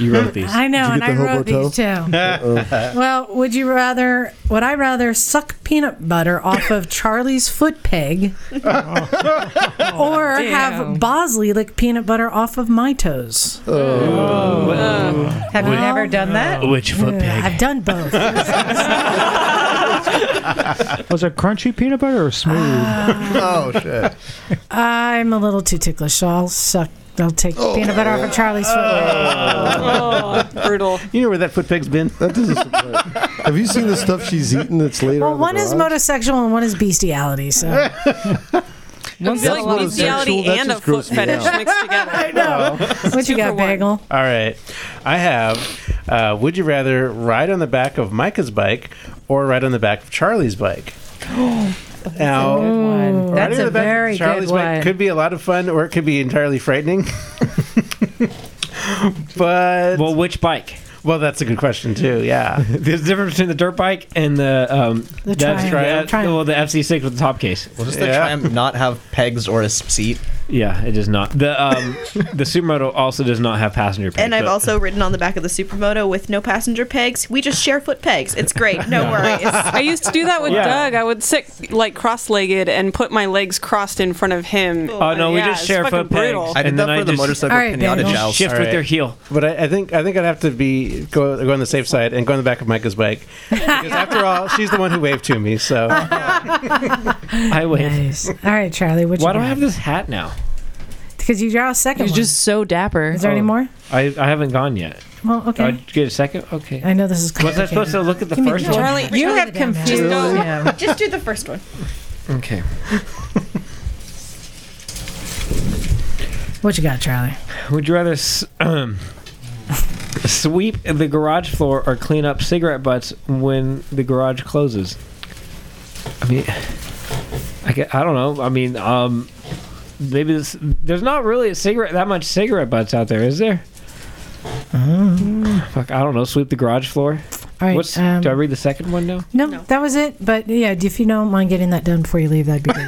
[SPEAKER 12] You wrote these.
[SPEAKER 1] I know, and I wrote these too. well, would you rather? Would I rather suck peanut butter off of Charlie's foot peg,
[SPEAKER 11] Oh,
[SPEAKER 1] or have Bosley lick peanut butter off of my toes?
[SPEAKER 8] Oh. Uh, Have you never
[SPEAKER 11] uh,
[SPEAKER 8] done that?
[SPEAKER 12] Which foot peg?
[SPEAKER 1] I've done both.
[SPEAKER 11] Was it crunchy peanut butter or smooth?
[SPEAKER 1] Oh,
[SPEAKER 14] shit.
[SPEAKER 1] I'm a little too ticklish, so I'll suck. I'll take
[SPEAKER 8] Oh.
[SPEAKER 1] peanut butter off of Charlie's foot.
[SPEAKER 5] brutal.
[SPEAKER 4] You know where that foot peg's been?
[SPEAKER 3] That doesn't surprise. Have you seen the stuff she's eaten that's later?
[SPEAKER 1] Well,
[SPEAKER 3] on
[SPEAKER 1] one is motosexual and one is bestiality. So.
[SPEAKER 5] I feel like bestiality and a foot fetish mixed together. I
[SPEAKER 1] know. What you got, Bagel?
[SPEAKER 4] All right. I have. Uh, would you rather ride on the back of Micah's bike or ride on the back of Charlie's bike? Now, riding
[SPEAKER 8] That's
[SPEAKER 4] on
[SPEAKER 8] a
[SPEAKER 4] the back of
[SPEAKER 8] very good
[SPEAKER 4] Charlie's bike
[SPEAKER 8] one.
[SPEAKER 4] could be a lot of fun, or it could be entirely frightening. but
[SPEAKER 12] well, which bike?
[SPEAKER 4] Well, that's a good question too. Yeah,
[SPEAKER 12] There's a difference between the dirt bike and the um,
[SPEAKER 1] The Triumph.
[SPEAKER 12] Triumph-
[SPEAKER 1] Triumph.
[SPEAKER 12] well, the FC6 with the top case.
[SPEAKER 14] Well, does the Triumph not have pegs or a s- seat?
[SPEAKER 12] Yeah, it does not. The um, the Supermoto also does not have passenger pegs.
[SPEAKER 6] And I've
[SPEAKER 12] but-
[SPEAKER 6] also ridden on the back of the Supermoto with no passenger pegs. We just share foot pegs. It's great. No worries.
[SPEAKER 5] I used to do that with
[SPEAKER 12] Yeah.
[SPEAKER 5] Doug. I would sit like cross-legged and put my legs crossed in front of him.
[SPEAKER 12] Oh no, we
[SPEAKER 5] Yeah,
[SPEAKER 12] just
[SPEAKER 5] it's
[SPEAKER 12] share
[SPEAKER 5] fucking
[SPEAKER 12] foot pegs.
[SPEAKER 5] brutal.
[SPEAKER 14] did that for the motorcycle All right, pinata Daniel. joust.
[SPEAKER 12] Shift
[SPEAKER 14] All
[SPEAKER 12] with
[SPEAKER 14] right.
[SPEAKER 12] their heel.
[SPEAKER 4] But I, I think I think I'd have to be go, go on the safe side and go on the back of Micah's bike because after all, she's the one who waved to me. So
[SPEAKER 12] I waved.
[SPEAKER 1] All right, Charlie. Which
[SPEAKER 12] Why
[SPEAKER 1] one?
[SPEAKER 12] do I have this hat now?
[SPEAKER 1] Because you draw a 2nd
[SPEAKER 12] You're
[SPEAKER 1] one.
[SPEAKER 12] just
[SPEAKER 9] so dapper.
[SPEAKER 1] Is there any
[SPEAKER 12] Oh.
[SPEAKER 1] more?
[SPEAKER 12] I, I haven't gone yet.
[SPEAKER 1] Well, okay.
[SPEAKER 12] I get a second. Okay.
[SPEAKER 1] I know this is
[SPEAKER 12] Was I supposed to look at the first one?
[SPEAKER 8] you have confused him.
[SPEAKER 6] Just do the first one.
[SPEAKER 12] Okay.
[SPEAKER 1] What you got, Charlie?
[SPEAKER 12] Would you rather s- um, sweep the garage floor or clean up cigarette butts when the garage closes? I mean, I, gue- I don't know. I mean, um, maybe this, there's not really a cigarette that much cigarette butts out there, is there? Fuck, I don't know. Sweep the garage floor.
[SPEAKER 1] Mm-hmm. All right,
[SPEAKER 12] What's,
[SPEAKER 1] um,
[SPEAKER 12] do I read the second one now?
[SPEAKER 1] No, that was it. But yeah, if you don't mind getting that done before you leave, that'd be great.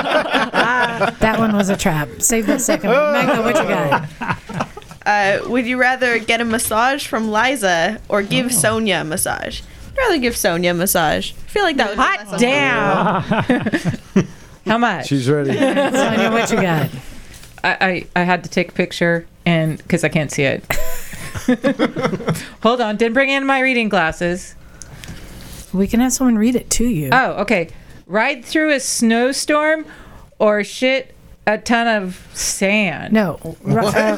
[SPEAKER 1] that one was a trap. Save that second one. Magda, what you got?
[SPEAKER 6] Uh, would you rather get a massage from Liza or
[SPEAKER 1] Oh.
[SPEAKER 6] give Sonia a massage? I'd rather give Sonia a massage. I feel like that would be less
[SPEAKER 8] Hot damn. How much?
[SPEAKER 3] She's ready.
[SPEAKER 8] Sonia,
[SPEAKER 1] what you got?
[SPEAKER 8] I, I, I had to take a picture and because I can't see it. Hold on, didn't bring in my reading glasses.
[SPEAKER 1] We can have someone read it to you.
[SPEAKER 8] Oh, okay. Ride through a snowstorm or shit a ton of sand.
[SPEAKER 1] No. uh,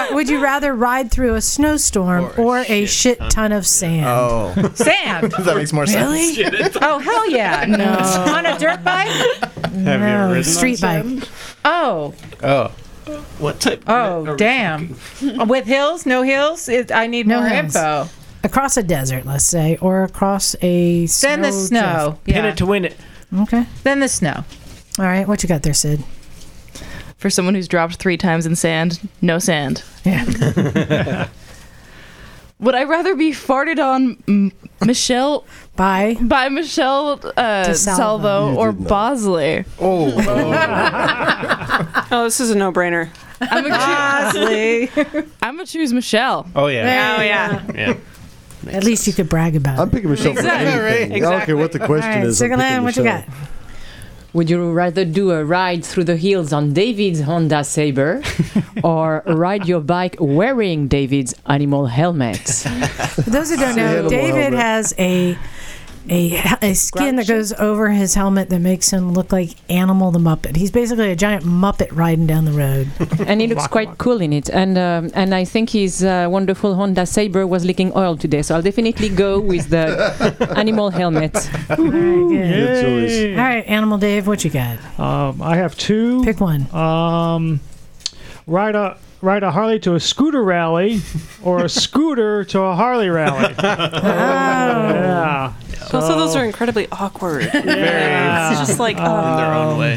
[SPEAKER 1] Ra- Would you rather ride through a snowstorm or, a shit ton of sand?
[SPEAKER 14] Oh.
[SPEAKER 8] Sand.
[SPEAKER 14] that makes more
[SPEAKER 1] Really?
[SPEAKER 14] sense.
[SPEAKER 8] oh hell yeah!
[SPEAKER 1] No.
[SPEAKER 8] on a dirt bike.
[SPEAKER 4] Have you ever
[SPEAKER 1] no,
[SPEAKER 4] ridden on
[SPEAKER 1] street bike.
[SPEAKER 8] Oh,
[SPEAKER 4] oh,
[SPEAKER 14] what type?
[SPEAKER 8] oh, damn! With hills, no hills. It, I need
[SPEAKER 1] No
[SPEAKER 8] more
[SPEAKER 1] hills.
[SPEAKER 8] info.
[SPEAKER 1] Across a desert, let's say, or across a
[SPEAKER 8] Then the snow.
[SPEAKER 1] drift.
[SPEAKER 8] Yeah.
[SPEAKER 12] to win it.
[SPEAKER 1] Okay.
[SPEAKER 8] Then the snow.
[SPEAKER 1] All right, what you got there, Sid?
[SPEAKER 9] For someone who's dropped three times in sand, no sand.
[SPEAKER 1] Yeah.
[SPEAKER 9] Would I rather be farted on M- Michelle
[SPEAKER 1] by
[SPEAKER 9] by Michelle uh,
[SPEAKER 5] DeSalvo.
[SPEAKER 9] Salvo
[SPEAKER 5] You
[SPEAKER 9] or
[SPEAKER 5] did not.
[SPEAKER 9] Bosley?
[SPEAKER 5] Oh, this is a no-brainer.
[SPEAKER 9] I'm gonna choose, I'm gonna choose Michelle.
[SPEAKER 4] Oh yeah.
[SPEAKER 5] Oh yeah.
[SPEAKER 4] Yeah.
[SPEAKER 1] At least you could brag about it. I'm
[SPEAKER 3] picking Michelle for Exactly, anything. right? I don't care what the question
[SPEAKER 1] All right,
[SPEAKER 3] is, I'm
[SPEAKER 1] Sigalin,
[SPEAKER 3] picking
[SPEAKER 1] what you
[SPEAKER 3] Michelle.
[SPEAKER 1] got?
[SPEAKER 10] Would you rather do a ride through the hills on David's Honda Saber or ride your bike wearing David's animal helmet?
[SPEAKER 1] For those who don't
[SPEAKER 10] Say
[SPEAKER 1] know,
[SPEAKER 10] hello,
[SPEAKER 1] David
[SPEAKER 10] helmet.
[SPEAKER 1] has a a, a skin that goes over his helmet that makes him look like Animal the Muppet. He's basically a giant Muppet riding down the road.
[SPEAKER 10] and he looks quite cool in it. And um, and I think his uh, wonderful Honda Saber was leaking oil today, so I'll definitely go with the animal helmet.
[SPEAKER 11] Good choice.
[SPEAKER 1] All right, Animal Dave, what you got?
[SPEAKER 11] Um, I have two.
[SPEAKER 1] Pick one.
[SPEAKER 11] Um, ride a ride a Harley to a scooter rally, or a scooter to a Harley rally. Yeah.
[SPEAKER 5] Also, those
[SPEAKER 12] Oh.
[SPEAKER 5] are incredibly awkward. It's just like
[SPEAKER 11] In their
[SPEAKER 5] oh.
[SPEAKER 11] own
[SPEAKER 12] way.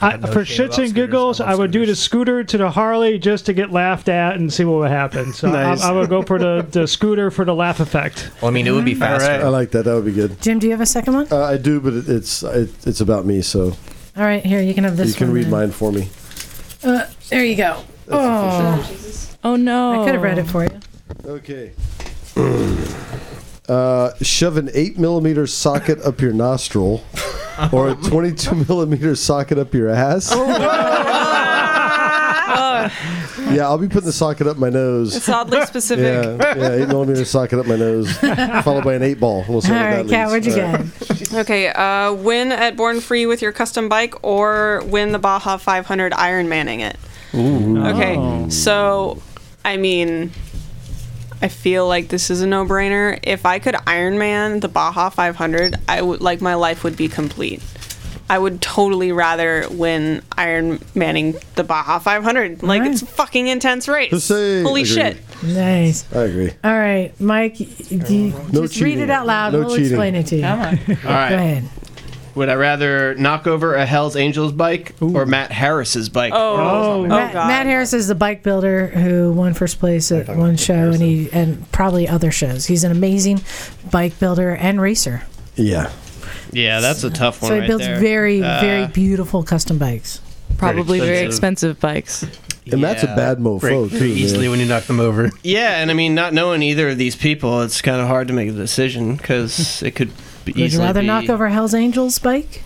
[SPEAKER 11] I, for shits and giggles, I would do the scooter to the Harley just to get laughed at and see what would happen. So I-
[SPEAKER 14] Nice.
[SPEAKER 11] I, would go for the, the scooter for the laugh effect.
[SPEAKER 14] Well, I mean, it would
[SPEAKER 11] Mm-hmm.
[SPEAKER 14] be faster.
[SPEAKER 3] I like that. That would be good.
[SPEAKER 1] Jim, do you have a second one?
[SPEAKER 3] Uh, I do, but it, it's it, it's about me, so
[SPEAKER 1] All right, here you can have this.
[SPEAKER 3] you can
[SPEAKER 1] one
[SPEAKER 3] read
[SPEAKER 1] then.
[SPEAKER 3] mine for me.
[SPEAKER 1] Uh, there you go. oh.
[SPEAKER 9] oh no!
[SPEAKER 1] I could have read it for you.
[SPEAKER 3] Okay. Uh, shove an eight millimeter socket up your nostril, or a twenty-two millimeter socket up your ass.
[SPEAKER 5] Oh.
[SPEAKER 3] yeah, I'll be putting the socket up my nose.
[SPEAKER 5] uh, It's oddly specific.
[SPEAKER 3] Yeah, yeah, eight millimeter socket up my nose, followed by an eight ball. We'll see
[SPEAKER 5] All
[SPEAKER 3] where
[SPEAKER 5] right,
[SPEAKER 3] that
[SPEAKER 5] Kat,
[SPEAKER 3] leads.
[SPEAKER 5] what'd you
[SPEAKER 3] All right.
[SPEAKER 5] Okay, uh, win at Born Free with your custom bike or win the Baja 500 Iron Manning it. Okay,
[SPEAKER 1] Oh.
[SPEAKER 5] so I mean, I feel like this is a no-brainer. If I could Iron Man the Baja 500, I would like my life would be complete. I would totally rather win Iron Manning the Baja 500. Like it's a fucking intense race.
[SPEAKER 3] Hussein.
[SPEAKER 5] Holy
[SPEAKER 3] Agreed.
[SPEAKER 5] shit!
[SPEAKER 1] Nice.
[SPEAKER 3] I agree.
[SPEAKER 1] All right, Mike, y- do you
[SPEAKER 3] No
[SPEAKER 1] just read
[SPEAKER 3] cheating.
[SPEAKER 1] it out loud.
[SPEAKER 13] No
[SPEAKER 1] we'll
[SPEAKER 13] cheating.
[SPEAKER 1] explain it to you.
[SPEAKER 13] Come on. All
[SPEAKER 1] Go
[SPEAKER 13] right.
[SPEAKER 1] ahead.
[SPEAKER 13] Would I rather knock over a Hell's Angels bike or Matt Harris's bike?
[SPEAKER 1] Ma- Oh. Matt, Harris is the bike builder who won first place at one show and he and probably other shows. He's an amazing bike builder and racer.
[SPEAKER 3] Yeah.
[SPEAKER 13] Yeah, that's a tough one.
[SPEAKER 1] so he
[SPEAKER 13] right
[SPEAKER 1] builds
[SPEAKER 13] there.
[SPEAKER 1] very, very
[SPEAKER 13] Uh,
[SPEAKER 1] beautiful custom bikes.
[SPEAKER 9] Probably very expensive bikes.
[SPEAKER 3] And that's a bad mofo
[SPEAKER 9] Break
[SPEAKER 3] too.
[SPEAKER 9] pretty easily
[SPEAKER 4] when you knock them over.
[SPEAKER 13] Yeah, and I mean, not knowing either of these people, it's kind of hard to make a decision because it could be
[SPEAKER 1] Would you
[SPEAKER 13] easily
[SPEAKER 1] rather
[SPEAKER 13] be-
[SPEAKER 1] knock over Hell's Angels bike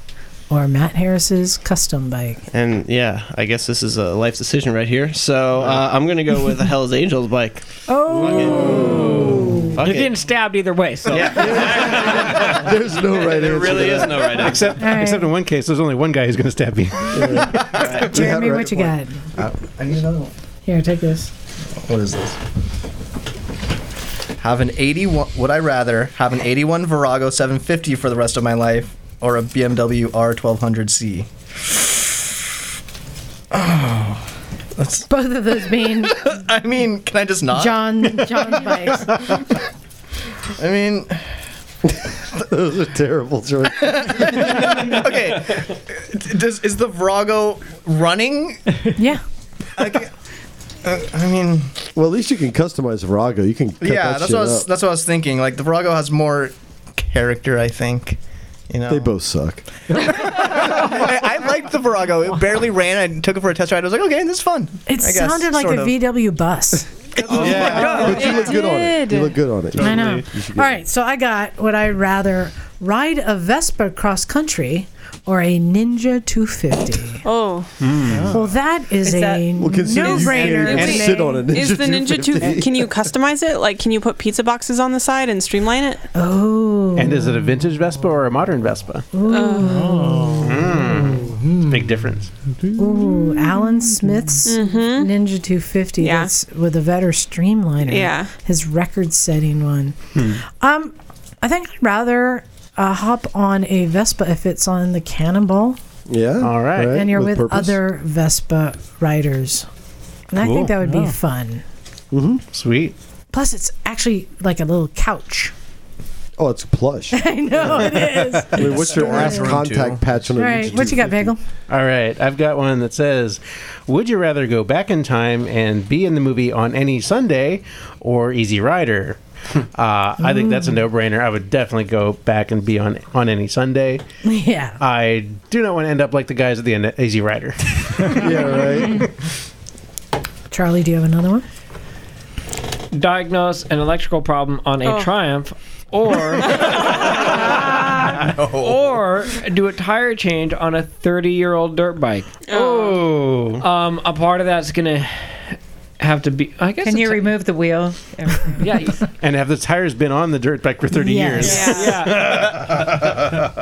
[SPEAKER 1] or Matt Harris's custom bike?
[SPEAKER 13] And yeah, I guess this is a life decision right here. So uh, I'm gonna go with a Hell's Angels bike. Oh,
[SPEAKER 12] You're getting stabbed either way. So
[SPEAKER 3] there's no right
[SPEAKER 12] there
[SPEAKER 4] answer
[SPEAKER 12] really
[SPEAKER 4] to
[SPEAKER 12] is
[SPEAKER 4] that.
[SPEAKER 12] no right answer.
[SPEAKER 4] Except,
[SPEAKER 12] All right.
[SPEAKER 4] except in one case, there's only one guy who's going to stab you.
[SPEAKER 1] Jeremy, what you got?
[SPEAKER 14] I need another one.
[SPEAKER 1] Here, take this.
[SPEAKER 14] What is this? Have an 81. Would I rather have an 81 Virago 750 for the rest of my life or a BMW R1200C? Oh, that's.
[SPEAKER 1] Both of those mean.
[SPEAKER 14] I mean, can I just not?
[SPEAKER 1] John John bikes.
[SPEAKER 14] I mean,
[SPEAKER 3] Those are terrible choices.
[SPEAKER 14] okay. d- Does, is the Virago running?
[SPEAKER 1] Yeah.
[SPEAKER 14] I mean,
[SPEAKER 3] well, at least you can customize Virago. You can cut
[SPEAKER 14] yeah,
[SPEAKER 3] that
[SPEAKER 14] that's
[SPEAKER 3] shit
[SPEAKER 14] what, I was,
[SPEAKER 3] up.
[SPEAKER 14] that's what I was thinking. Like, the Virago has more character, I think. You know?
[SPEAKER 3] They both suck.
[SPEAKER 14] I, I liked the Virago. It barely ran. I took it for a test ride. I was like, okay, this is fun.
[SPEAKER 1] It
[SPEAKER 14] I guess,
[SPEAKER 1] sounded like
[SPEAKER 14] sort
[SPEAKER 1] a
[SPEAKER 14] of.
[SPEAKER 1] VW bus.
[SPEAKER 3] But you look good on it. You look good on it.
[SPEAKER 1] I know. All right, so I got what I'd rather ride a Vespa cross country or a Ninja 250.
[SPEAKER 5] Oh.
[SPEAKER 1] Well, that is,
[SPEAKER 5] Is that-
[SPEAKER 1] a
[SPEAKER 5] Well, consider you
[SPEAKER 1] no-brainer.
[SPEAKER 5] can't
[SPEAKER 1] to
[SPEAKER 5] even
[SPEAKER 1] me.
[SPEAKER 5] sit on a Is the Ninja 2 can you customize it? Like can you put pizza boxes on the side and streamline it?
[SPEAKER 1] Oh.
[SPEAKER 4] And is it a vintage Vespa or a modern Vespa?
[SPEAKER 12] Hmm.
[SPEAKER 1] Oh.
[SPEAKER 4] Mm. Big difference.
[SPEAKER 1] Ooh, Alan Smith's
[SPEAKER 3] Mm-hmm.
[SPEAKER 1] Ninja 250. That's with a Vetter streamliner.
[SPEAKER 5] Yeah.
[SPEAKER 1] His record-setting one. Um, I think I'd rather uh, hop on a Vespa if it's on the Cannonball.
[SPEAKER 3] Yeah. All right.
[SPEAKER 1] and you're with,
[SPEAKER 3] purpose.
[SPEAKER 1] other Vespa riders. And I
[SPEAKER 4] Cool.
[SPEAKER 1] think that would
[SPEAKER 4] Yeah.
[SPEAKER 1] be fun.
[SPEAKER 4] Mm-hmm. Sweet.
[SPEAKER 1] Plus, it's actually like a little couch.
[SPEAKER 3] Oh, it's plush.
[SPEAKER 1] I know it is.
[SPEAKER 3] I mean, what's your ass contact patch on
[SPEAKER 1] All
[SPEAKER 3] a
[SPEAKER 1] right, what you got, Bagel?
[SPEAKER 4] All right, I've got one that says, "Would you rather go back in time and be in the movie on any Sunday, or Easy Rider?" uh, I think that's a no-brainer. I would definitely go back and be on on any Sunday.
[SPEAKER 1] Yeah.
[SPEAKER 4] I do not want to end up like the guys at the end of Easy Rider.
[SPEAKER 3] yeah, right.
[SPEAKER 1] Charlie, do you have another one?
[SPEAKER 12] Diagnose an electrical problem on a
[SPEAKER 1] Oh.
[SPEAKER 12] Triumph, or or do a tire change on a thirty-year-old dirt bike.
[SPEAKER 4] Oh,
[SPEAKER 12] um, a part of that's gonna have to be. I guess.
[SPEAKER 8] Can you
[SPEAKER 12] it's-
[SPEAKER 8] remove the wheel?
[SPEAKER 12] yeah,
[SPEAKER 4] and have the tires been on the dirt bike for thirty years?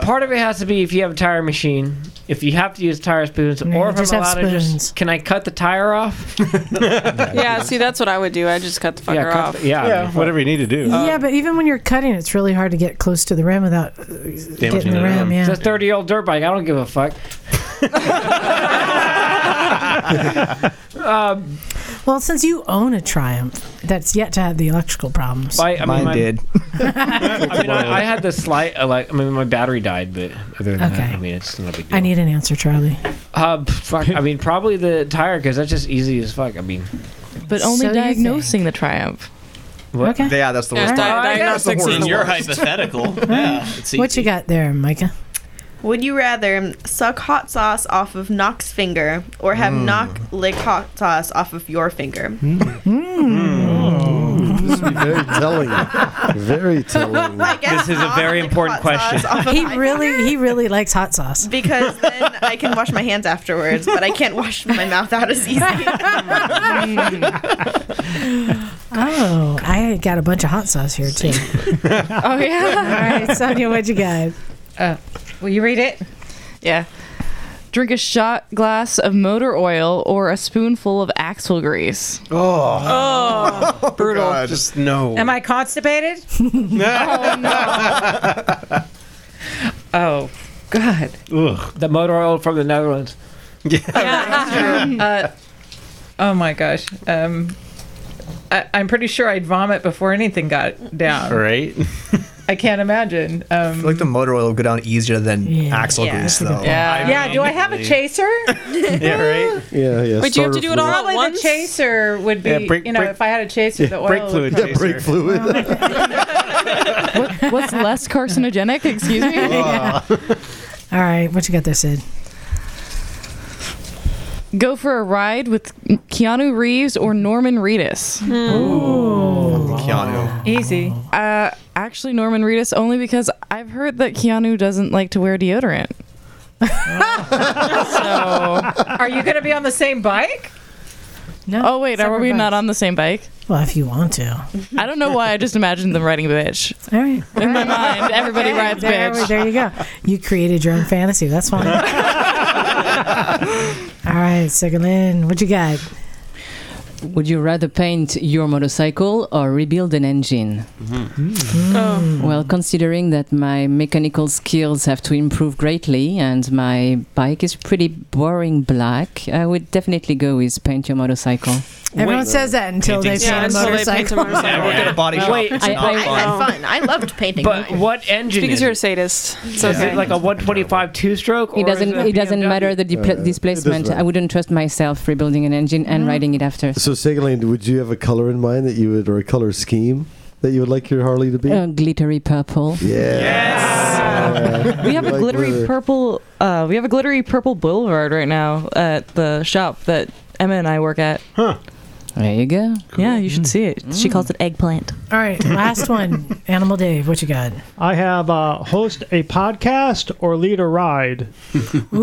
[SPEAKER 12] part of it has to be if you have a tire machine. If you have to use tire spoons, or if I'm
[SPEAKER 5] just have
[SPEAKER 12] allowed to just, can I cut the tire off?
[SPEAKER 5] yeah, see that's what I would do. I just cut the fucker
[SPEAKER 12] Yeah, cut
[SPEAKER 5] off.
[SPEAKER 12] the- yeah. Yeah.
[SPEAKER 4] Whatever you need to do.
[SPEAKER 1] yeah, but even when you're cutting, it's really hard to get close to the rim without uh, getting the rim. Yeah.
[SPEAKER 12] It's a 30 year old dirt bike. I don't give a fuck. um,
[SPEAKER 1] Well, since you own a Triumph that's yet to have the electrical problems.
[SPEAKER 12] I- I mean, Mine my- did. I, mean,
[SPEAKER 1] I,
[SPEAKER 12] I, I had the slight, uh, like, I mean, my battery died, but other than that, I mean, it's not a big deal.
[SPEAKER 1] need an answer, Charlie.
[SPEAKER 12] Uh, p- fuck, I mean, probably the tire, because that's just easy as fuck. I mean,
[SPEAKER 9] But only
[SPEAKER 12] So you
[SPEAKER 9] diagnosing the triumph.
[SPEAKER 12] what?
[SPEAKER 1] Okay.
[SPEAKER 12] Yeah, that's
[SPEAKER 9] the Yeah, worst. di- diagnostics is
[SPEAKER 13] You're
[SPEAKER 9] worst.
[SPEAKER 13] hypothetical. yeah, it's
[SPEAKER 1] What you got there, Micah?
[SPEAKER 6] Would you rather suck hot sauce off of Nock's finger or have
[SPEAKER 1] Mm.
[SPEAKER 6] Nock lick hot sauce off of your finger?
[SPEAKER 1] Hmm?
[SPEAKER 3] This would be very telling. Very telling.
[SPEAKER 6] I guess
[SPEAKER 12] is a very important question.
[SPEAKER 1] he really, he really likes hot sauce.
[SPEAKER 6] because then I can wash my hands afterwards, but I can't wash my mouth out as easy.
[SPEAKER 1] Oh, I got a bunch of hot sauce here too.
[SPEAKER 9] Oh yeah.
[SPEAKER 1] All right, Sonia, what'd you guys?
[SPEAKER 9] Uh, will you read it? Yeah. Drink a shot glass of motor oil or a spoonful of axle grease.
[SPEAKER 12] Oh.
[SPEAKER 8] Oh,
[SPEAKER 12] brutal. Just
[SPEAKER 3] Oh.
[SPEAKER 12] no.
[SPEAKER 8] Am I constipated?
[SPEAKER 12] oh,
[SPEAKER 8] Oh, God.
[SPEAKER 12] Ugh, the motor oil from the Netherlands.
[SPEAKER 8] uh, oh my gosh. Um, I, I'm pretty sure I'd vomit before anything got down.
[SPEAKER 12] Right?
[SPEAKER 8] I can't imagine.
[SPEAKER 14] I
[SPEAKER 8] Um,
[SPEAKER 14] feel like the motor oil would go down easier than axle
[SPEAKER 8] Yeah.
[SPEAKER 14] grease, though.
[SPEAKER 8] yeah. Do I have a chaser?
[SPEAKER 14] Yeah,
[SPEAKER 12] right?
[SPEAKER 3] Yeah, yeah.
[SPEAKER 8] Would you have to do it all
[SPEAKER 3] starter
[SPEAKER 8] Probably the chaser would be.
[SPEAKER 3] Yeah, brake-
[SPEAKER 8] you know,
[SPEAKER 3] brake-
[SPEAKER 8] if I had a chaser,
[SPEAKER 3] fluid.
[SPEAKER 8] the oil.
[SPEAKER 3] brake
[SPEAKER 8] would Oh.
[SPEAKER 3] fluid. Yeah, brake fluid.
[SPEAKER 9] What's less carcinogenic? Excuse me.
[SPEAKER 1] All right, what you got there, Sid?
[SPEAKER 9] Go for a ride with Keanu Reeves or Norman Reedus.
[SPEAKER 8] Hmm.
[SPEAKER 14] Keanu.
[SPEAKER 9] Easy. Uh, actually, Norman Reedus only because I've heard that Keanu doesn't like to wear deodorant.
[SPEAKER 8] Are you going to be on the same bike?
[SPEAKER 1] No.
[SPEAKER 9] Oh wait, are we not on the same bike?
[SPEAKER 1] Well, if you want to.
[SPEAKER 9] I don't know why I just imagined them riding bitch.
[SPEAKER 1] All right.
[SPEAKER 9] In my mind, everybody
[SPEAKER 1] Okay,
[SPEAKER 9] rides
[SPEAKER 1] there,
[SPEAKER 9] bitch.
[SPEAKER 1] There you go. You created your own fantasy. That's fine. All right, second Lynn, what you got?
[SPEAKER 10] Would you rather paint your motorcycle or rebuild an engine?
[SPEAKER 8] Mm-hmm.
[SPEAKER 1] Mm. Oh.
[SPEAKER 10] Well, considering that my mechanical skills have to improve greatly and my bike is pretty boring black, I would definitely go with paint your motorcycle.
[SPEAKER 1] Everyone says that until they paint
[SPEAKER 12] Painting
[SPEAKER 1] a
[SPEAKER 12] sucks. Yeah, until they paint a
[SPEAKER 1] motorcycle.
[SPEAKER 12] motorcycle. Yeah, we're gonna body shop. Wait, It's I- not I- fun.
[SPEAKER 6] I had fun. I loved painting.
[SPEAKER 12] But what engine?
[SPEAKER 5] because
[SPEAKER 12] is
[SPEAKER 5] you're a
[SPEAKER 12] it?
[SPEAKER 5] sadist.
[SPEAKER 12] So is it like a 125 two stroke?
[SPEAKER 10] It doesn't. It doesn't matter the dipl-
[SPEAKER 3] Uh, it
[SPEAKER 10] displacement.
[SPEAKER 3] doesn't.
[SPEAKER 10] I wouldn't trust myself rebuilding an engine and riding it after.
[SPEAKER 3] So, Segalene, would you have a color in mind that you would, or a color scheme that you would like your Harley to be?
[SPEAKER 10] Uh,
[SPEAKER 1] Um,
[SPEAKER 10] glittery purple.
[SPEAKER 3] yeah.
[SPEAKER 9] We have a
[SPEAKER 3] Like
[SPEAKER 9] glittery
[SPEAKER 3] we're-
[SPEAKER 9] purple. Uh, we have a glittery purple boulevard right now at the shop that Emma and I work at.
[SPEAKER 12] Huh.
[SPEAKER 10] There you go.
[SPEAKER 9] Yeah, you
[SPEAKER 3] Mm.
[SPEAKER 9] should see it. She calls it eggplant.
[SPEAKER 1] All right, last one. Animal Dave, what you got?
[SPEAKER 11] I have uh, host a podcast or lead a ride.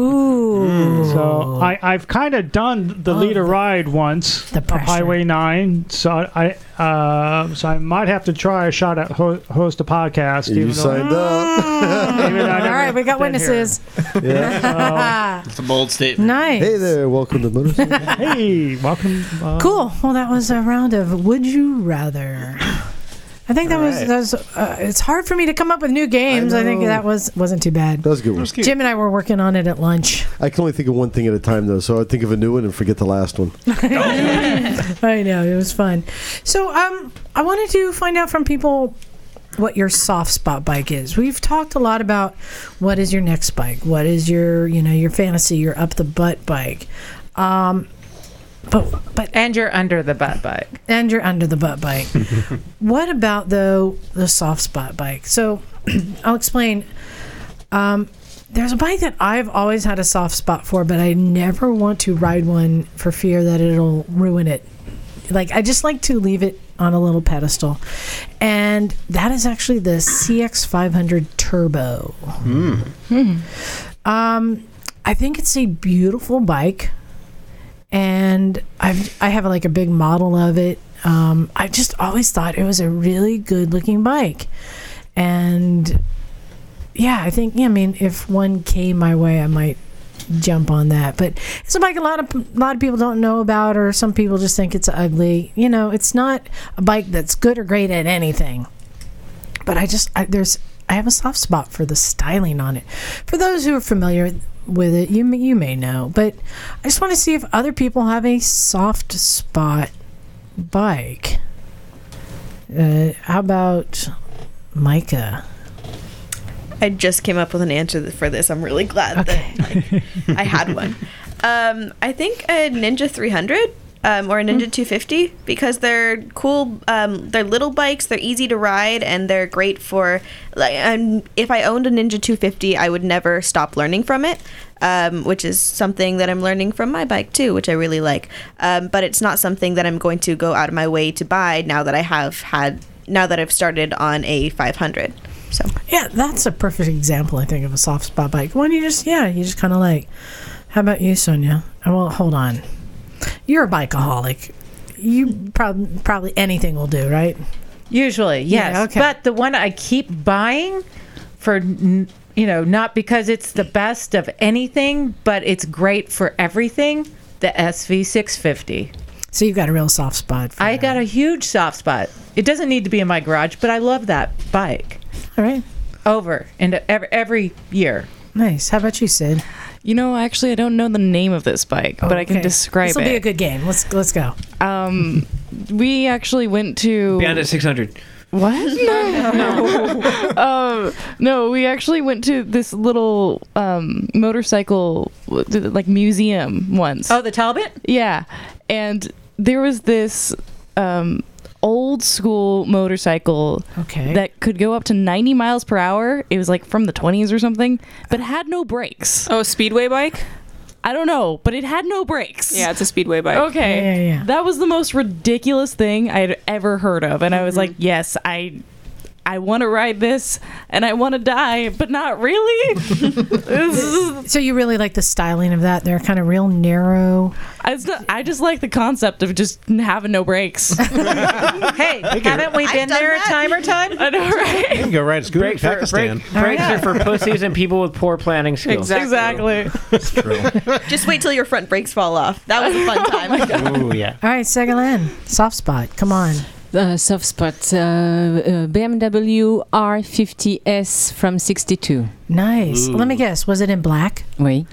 [SPEAKER 1] Ooh.
[SPEAKER 11] So I, I've kind of done the lead a ride once the up Highway 9. So I uh, so I might have to try a shot at ho- host a podcast.
[SPEAKER 3] You signed
[SPEAKER 11] up. even though I
[SPEAKER 1] All
[SPEAKER 11] never
[SPEAKER 1] right, we got
[SPEAKER 11] been here.
[SPEAKER 1] witnesses.
[SPEAKER 13] It's a bold statement.
[SPEAKER 1] nice.
[SPEAKER 3] Hey there, welcome to Motorcycle.
[SPEAKER 11] hey, welcome. uh,
[SPEAKER 1] Cool. Well, that was a round of Would You Rather. I think that was, that was uh, it's hard for me to come up with new games. I, think
[SPEAKER 3] know.
[SPEAKER 1] that was wasn't too bad.
[SPEAKER 3] That was a good one.
[SPEAKER 1] Jim and I were working on it at lunch.
[SPEAKER 3] I can only think of one thing at a time, though, so I would think of a new one and forget the last one.
[SPEAKER 1] I know it was fun. So, um, I wanted to find out from people what your soft spot bike is. We've talked a lot about what is your next bike, what is your you know your fantasy, your up the butt bike, um, but but
[SPEAKER 8] and you're under the butt bike,
[SPEAKER 1] and you're under the butt bike. what about though the soft spot bike? So, I'll explain. Um, there's a bike that I've always had a soft spot for, but I never want to ride one for fear that it'll ruin it. Like I just like to leave it on a little pedestal, and that is actually the CX500 Turbo.
[SPEAKER 11] Hmm. Mm.
[SPEAKER 1] Hmm. Um, I think it's a beautiful bike, and I've I have like a big model of it. Um, I just always thought it was a really good looking bike, and yeah, I think yeah. I mean, if one came my way, I might jump on that. But it's a bike a lot of a lot of people don't know about, or some people just think it's ugly. You know, it's not a bike that's good or great at anything. But I just I, there's I have a soft spot for the styling on it. For those who are familiar with it. You may, you may know, but I just want to see if other people have a soft spot bike. Uh, how about Micah?
[SPEAKER 6] I just came up with an answer th- for this. I'm really glad that like, I had one. Um, I think a Ninja 300 um, or a Ninja 250 because they're cool. Um, they're little bikes. They're easy to ride and they're great for like. Um, if I owned a Ninja 250, I would never stop learning from it. Um, which is something that I'm learning from my bike too, which I really like. Um, but it's not something that I'm going to go out of my way to buy now that I have had now that I've started on a 500. So
[SPEAKER 1] Yeah, that's a perfect example, I think, of a soft spot bike. One you just, yeah, you just kind of like. How about you, Sonia? Oh, Well, hold on. You're a bikeaholic. You probably probably anything will do, right?
[SPEAKER 8] Usually, yes. But the one I keep buying for, n- you know, not because it's the best of anything, but it's great for everything the SV650.
[SPEAKER 1] So you've got a real soft spot.
[SPEAKER 8] I got a huge soft spot. It doesn't need to be in my garage, but I love that bike.
[SPEAKER 1] All right.
[SPEAKER 8] Over and every, every year.
[SPEAKER 1] Nice. How about you, Sid?
[SPEAKER 9] You know, actually, I don't know the name of this bike, but I can describe
[SPEAKER 1] This will
[SPEAKER 9] it.
[SPEAKER 1] be a good game. Let's let's go.
[SPEAKER 9] Um, we actually went to
[SPEAKER 12] Beyond at 600.
[SPEAKER 9] What? No. no. um, no, we actually went to this little um, motorcycle like museum once.
[SPEAKER 8] Oh, the Talbot?
[SPEAKER 9] Yeah. And there was this um, old school motorcycle
[SPEAKER 1] okay.
[SPEAKER 9] that could go up to 90 miles per hour. It was like from the 20s or something, but had no brakes.
[SPEAKER 5] Oh, speedway bike?
[SPEAKER 9] I don't know, but it had no brakes.
[SPEAKER 5] Yeah, it's a speedway bike.
[SPEAKER 9] Okay. That was the most ridiculous thing I had ever heard of. And I
[SPEAKER 8] Mm-hmm.
[SPEAKER 9] was like, yes, I I want to ride this and I want to die, but not really.
[SPEAKER 1] so you really like the styling of that? They're kind of real narrow.
[SPEAKER 9] I just, I just like the concept of just having no brakes.
[SPEAKER 8] hey, haven't we been there a time or time?
[SPEAKER 9] I know, right?
[SPEAKER 4] You can go ride a scooter in
[SPEAKER 12] Break for,
[SPEAKER 4] Pakistan.
[SPEAKER 12] break, breaks are for pussies and people with poor planning skills.
[SPEAKER 9] Exactly.
[SPEAKER 6] Just wait till your front brakes fall off. That was a fun time.
[SPEAKER 12] Ooh, yeah.
[SPEAKER 1] All right, Segalyn, soft spot. Come on.
[SPEAKER 10] Uh, soft spot uh, uh, BMW R50S from 62.
[SPEAKER 1] Nice. Let me guess. Was it in black?
[SPEAKER 10] Oui.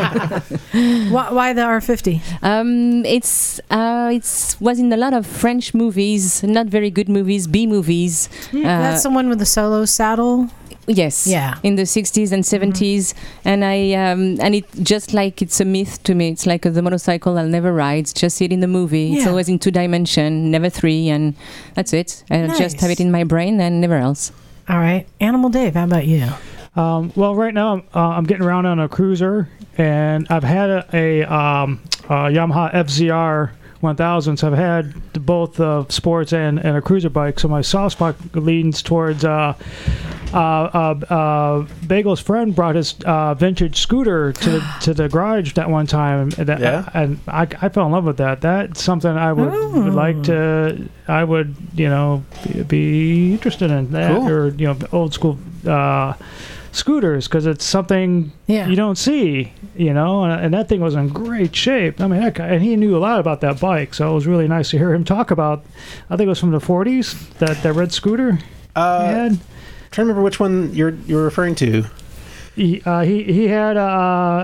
[SPEAKER 1] why, why the R50?
[SPEAKER 10] Um, it's uh, it's was in a lot of French movies, not very good movies, B movies.
[SPEAKER 1] Hmm,
[SPEAKER 10] Uh,
[SPEAKER 1] That's the one with the solo saddle.
[SPEAKER 10] Yes.
[SPEAKER 1] Yeah. Mm-hmm.
[SPEAKER 10] In the 60s and 70s, and I um, and it just like it's a myth to me. It's like the motorcycle I'll never ride. It's just see it in the movie. It's
[SPEAKER 1] Yeah.
[SPEAKER 10] always in two dimension, never three, and that's it. I just have it
[SPEAKER 1] Nice.
[SPEAKER 10] in my brain and never else.
[SPEAKER 1] All right, Animal Dave. How about you?
[SPEAKER 11] Um, well, right now I'm, uh, I'm getting around on a cruiser, and I've had a, a, um, uh Yamaha FZR 1000. So I've had both uh, sports and, and a cruiser bike. So my soft spot leans towards. Uh, uh, uh, uh, Bagel's friend brought his uh, vintage scooter to the, to the garage that one time, and, that,
[SPEAKER 12] Yeah?
[SPEAKER 11] and I, I fell in love with that. That's something I would, would
[SPEAKER 1] Oh.
[SPEAKER 11] like to. I would, you know, be- be interested in that
[SPEAKER 12] Cool.
[SPEAKER 11] or you know old school uh, scooters because it's something you don't see you know and, and that thing was in great shape i mean that guy and he knew a lot about that bike so it was really nice to hear him talk about i think it was from the 40s that that red scooter
[SPEAKER 4] Uh,
[SPEAKER 11] he had
[SPEAKER 4] trying to remember which one you're you're referring to.
[SPEAKER 11] he, uh, he he had uh,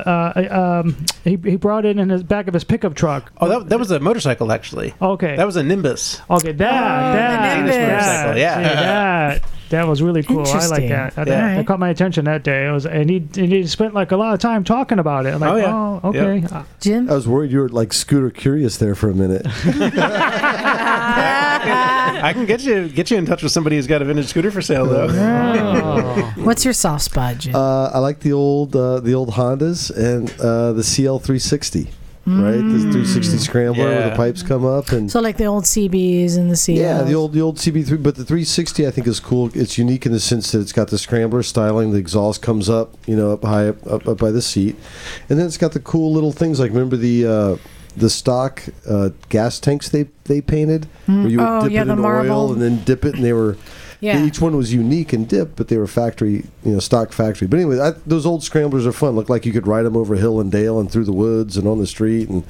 [SPEAKER 11] uh, uh, um, he, he brought it in his back of his pickup truck.
[SPEAKER 4] Oh, that, that was a motorcycle actually.
[SPEAKER 11] Okay,
[SPEAKER 4] that was a Nimbus.
[SPEAKER 11] Okay, that
[SPEAKER 8] Oh,
[SPEAKER 11] that
[SPEAKER 4] Oh, Nimbus motorcycle, yeah.
[SPEAKER 11] see, that that was really cool. I like
[SPEAKER 4] Interesting.
[SPEAKER 11] that. That,
[SPEAKER 4] Yeah.
[SPEAKER 11] that caught my attention that day. It was and he and he spent like a lot of time talking about it. I'm like, oh,
[SPEAKER 4] Oh, yeah.
[SPEAKER 11] okay,
[SPEAKER 4] Yep.
[SPEAKER 11] Uh,
[SPEAKER 1] Jim.
[SPEAKER 3] I was worried you were like scooter curious there for a minute.
[SPEAKER 4] I can get you get you in touch with somebody who's got a vintage scooter for sale
[SPEAKER 1] Oh.
[SPEAKER 4] though.
[SPEAKER 1] What's your soft spot, Jim?
[SPEAKER 3] Uh, I like the old uh, the old Hondas and uh, the CL360. Right, the 360 scrambler where
[SPEAKER 4] Yeah.
[SPEAKER 3] the pipes come up and
[SPEAKER 1] Mm. So like the old CBs and the CLs.
[SPEAKER 3] Yeah, the old the old CB3, but the 360 I think is cool. It's unique in the sense that it's got the scrambler styling. The exhaust comes up, you know, up high up, up, up by the seat, and then it's got the cool little things like remember the uh, the stock uh, gas tanks they they painted
[SPEAKER 1] Mm.
[SPEAKER 3] where you would
[SPEAKER 1] Oh,
[SPEAKER 3] dip
[SPEAKER 1] yeah,
[SPEAKER 3] it
[SPEAKER 1] the
[SPEAKER 3] in
[SPEAKER 1] marble.
[SPEAKER 3] oil and then dip it, and they were.
[SPEAKER 1] Yeah.
[SPEAKER 3] Each one was unique and dipped, but they were factory, you know, stock factory. But anyway, I, those old scramblers are fun. Look like you could ride them over hill and dale and through the woods and on the street, and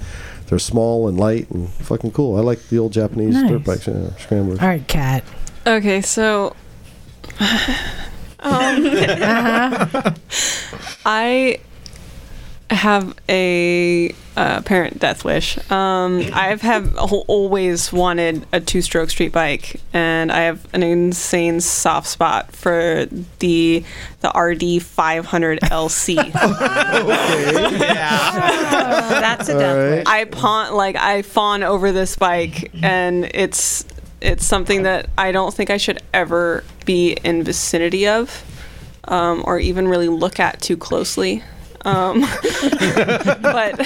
[SPEAKER 3] they're small and light and fucking cool. I like the old Japanese
[SPEAKER 5] Nice.
[SPEAKER 3] dirt bikes, yeah, scramblers.
[SPEAKER 1] All right, Cat.
[SPEAKER 5] Okay, so. um, I have a uh, parent death wish. Um, I've have al- always wanted a two-stroke street bike, and I have an insane soft spot for the the RD 500 LC.
[SPEAKER 6] that's
[SPEAKER 5] a death wish. I pawn like I fawn over this bike, and it's it's something that I don't think I should ever be in vicinity of, um, or even really look at too closely. Um, but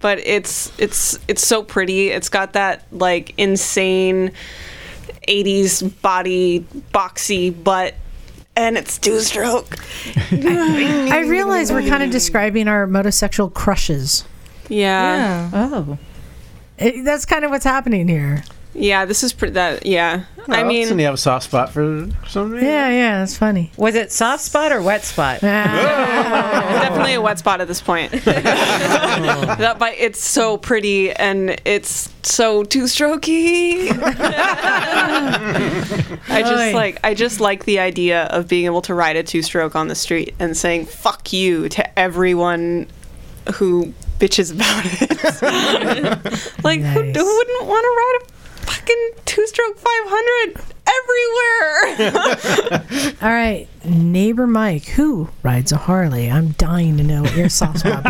[SPEAKER 5] but it's it's it's so pretty. It's got that like insane '80s body, boxy butt, and it's two stroke.
[SPEAKER 1] I realize we're kind of describing our motosexual crushes.
[SPEAKER 5] Yeah.
[SPEAKER 1] Oh. It- that's kind of what's happening here.
[SPEAKER 5] Yeah, this is pretty. That yeah. I
[SPEAKER 4] Well,
[SPEAKER 5] mean,
[SPEAKER 4] so you have a soft spot for somebody.
[SPEAKER 1] Yeah, yeah, it's funny.
[SPEAKER 8] Was it soft spot or wet spot?
[SPEAKER 5] definitely a wet spot at this point. that bike, it's so pretty and it's so two strokey. I
[SPEAKER 7] Oy.
[SPEAKER 5] just like I just like the idea of being able to ride a two stroke on the street and saying "fuck you" to everyone who bitches about it. like who, who wouldn't want to ride a fucking two stroke five hundred everywhere?
[SPEAKER 1] All right, neighbor Mike, who rides a Harley? I'm dying to know what your soft spot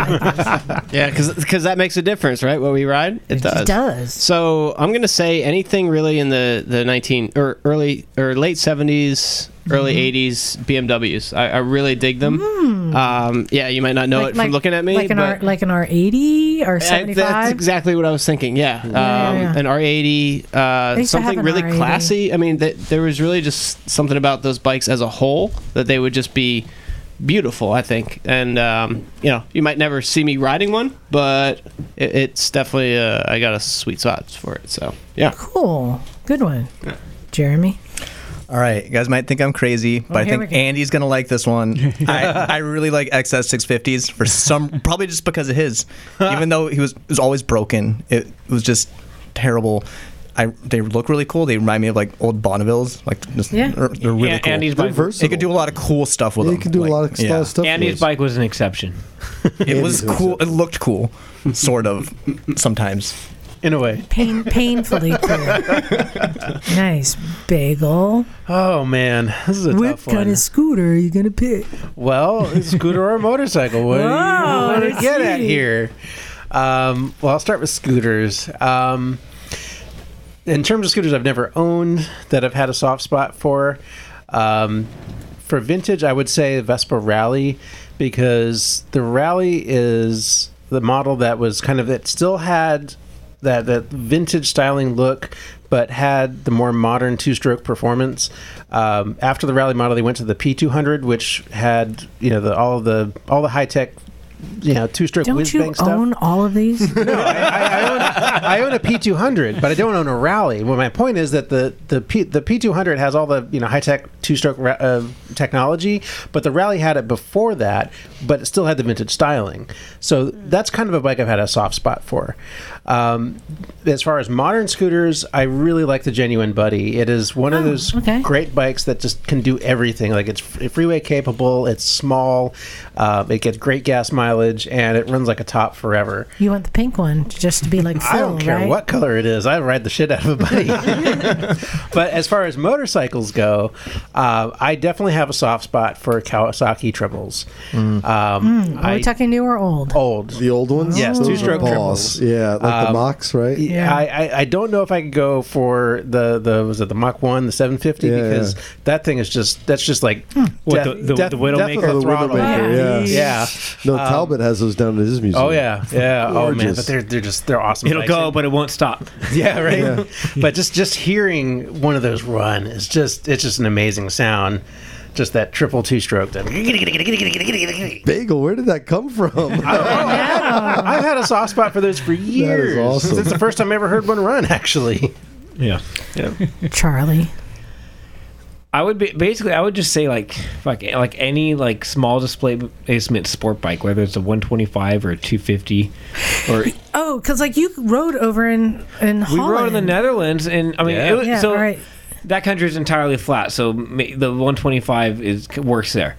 [SPEAKER 13] Yeah, because that makes a difference, right? What we ride, it, does.
[SPEAKER 1] does.
[SPEAKER 13] So I'm gonna say anything really in the the 19 or early or late 70s, early
[SPEAKER 1] Mm-hmm.
[SPEAKER 13] 80s BMWs. I, I really dig them. Um, yeah, you might not know it from looking at me,
[SPEAKER 1] Mm. like an
[SPEAKER 13] but
[SPEAKER 1] R, like an R80 or
[SPEAKER 13] I-
[SPEAKER 1] 75.
[SPEAKER 13] that's exactly what I was thinking. Yeah, um,
[SPEAKER 1] Yeah, yeah, yeah.
[SPEAKER 13] an R80,
[SPEAKER 1] They
[SPEAKER 13] uh,
[SPEAKER 1] used to have
[SPEAKER 13] something
[SPEAKER 1] an
[SPEAKER 13] really
[SPEAKER 1] R80.
[SPEAKER 13] classy. I mean, th- there was really just something about those bikes as a whole that they would just be beautiful. I think, and um, you know, you might never see me riding one, but it, it's definitely uh, I got a sweet spot for it. So yeah,
[SPEAKER 1] cool, good one, Jeremy.
[SPEAKER 14] All right, you guys might think I'm crazy, but I
[SPEAKER 1] here we
[SPEAKER 14] think
[SPEAKER 1] go.
[SPEAKER 14] Andy's gonna like this one. I, I really like XS650s for some, probably just because of his. Even though he was it was always broken, it, was just terrible. I they look really cool. They remind me of like old Bonnevilles. Like just,
[SPEAKER 12] Yeah.
[SPEAKER 14] they're, they're really
[SPEAKER 12] Yeah,
[SPEAKER 14] cool.
[SPEAKER 12] Andy's They're bike-
[SPEAKER 14] You could do a lot of cool stuff with
[SPEAKER 12] Yeah,
[SPEAKER 14] them.
[SPEAKER 12] you can do a lot of
[SPEAKER 14] yeah.
[SPEAKER 12] stuff with Andy's those. bike was an exception.
[SPEAKER 14] It was cool. It looked cool, sort of, sometimes.
[SPEAKER 4] In a way.
[SPEAKER 1] Pain, painfully cool. nice bagel.
[SPEAKER 4] Oh man, this is a
[SPEAKER 1] What
[SPEAKER 4] tough
[SPEAKER 1] kind
[SPEAKER 4] one.
[SPEAKER 1] of scooter are you gonna pick?
[SPEAKER 4] Well, a scooter or motorcycle? What do you
[SPEAKER 1] Wow,
[SPEAKER 4] want to
[SPEAKER 1] I
[SPEAKER 4] get at
[SPEAKER 1] see.
[SPEAKER 4] here? Um, well, I'll start with scooters. Um, in terms of scooters, I've never owned that I've had a soft spot for. Um, for vintage, I would say Vespa Rally because the Rally is the model that was kind of it still had that that vintage styling look, but had the more modern two-stroke performance. Um, after the Rally model, they went to the P200, which had you know the all the all the high-tech you know two-stroke
[SPEAKER 1] Don't
[SPEAKER 4] whiz
[SPEAKER 1] you
[SPEAKER 4] bang stuff.
[SPEAKER 1] own all of these?
[SPEAKER 4] I own a P200, but I don't own a Rally. Well, my point is that the the P, the P200 has all the you know high tech two stroke ra- uh, technology, but the Rally had it before that, but it still had the vintage styling. So that's kind of a bike I've had a soft spot for. Um, as far as modern scooters, I really like the Genuine Buddy. It is one of those great bikes that just can do everything. Like it's f- freeway capable, it's small, uh, it gets great gas mileage, and it runs like a top forever.
[SPEAKER 1] You want the pink one just to be like Phil,
[SPEAKER 4] I don't care
[SPEAKER 1] right?
[SPEAKER 4] what color it is. I ride the shit out of a buddy. but as far as motorcycles go, uh, I definitely have a soft spot for Kawasaki triples. Um,
[SPEAKER 1] Mm, are we talking new or old?
[SPEAKER 4] Old.
[SPEAKER 3] The old ones?
[SPEAKER 4] Yes,
[SPEAKER 3] Those are
[SPEAKER 4] two-stroke
[SPEAKER 3] the
[SPEAKER 4] triples.
[SPEAKER 3] boss. Yeah, like the
[SPEAKER 4] Um,
[SPEAKER 3] mocks, right?
[SPEAKER 4] Yeah, I, I, I don't know if I could go for the the was it the Mach One, the 750
[SPEAKER 3] Yeah,
[SPEAKER 4] because
[SPEAKER 3] yeah.
[SPEAKER 4] that thing is just that's just like
[SPEAKER 12] What, the- the- the Widowmaker?
[SPEAKER 4] death of
[SPEAKER 12] Oh, the
[SPEAKER 4] throttle.
[SPEAKER 3] yeah.
[SPEAKER 4] yeah.
[SPEAKER 3] No,
[SPEAKER 4] Um,
[SPEAKER 3] Talbot has those down at his museum.
[SPEAKER 4] Oh yeah, yeah. Oh man,
[SPEAKER 3] Gorgeous.
[SPEAKER 4] but they're they're just they're awesome.
[SPEAKER 12] It'll
[SPEAKER 4] bikes.
[SPEAKER 12] go, but it won't stop.
[SPEAKER 4] Yeah, right. but just just hearing one of those run is just it's just an amazing sound. Just that triple two stroke. That
[SPEAKER 3] Bagel, where did that come from?
[SPEAKER 4] I've had a soft spot for those for years.
[SPEAKER 3] awesome.
[SPEAKER 4] It's the first time I ever heard one run, actually.
[SPEAKER 12] Yeah. Yeah.
[SPEAKER 1] Charlie.
[SPEAKER 12] I would be basically. I would just say like fuck like any like small display basement sport bike, whether it's a 125 or a 250, or we
[SPEAKER 1] Oh, because like you rode over in in Holland.
[SPEAKER 12] rode in the Netherlands, and I mean,
[SPEAKER 1] Yeah.
[SPEAKER 12] it was,
[SPEAKER 1] Yeah,
[SPEAKER 12] so
[SPEAKER 1] right.
[SPEAKER 12] that country is entirely flat, so ma- the 125 is works there.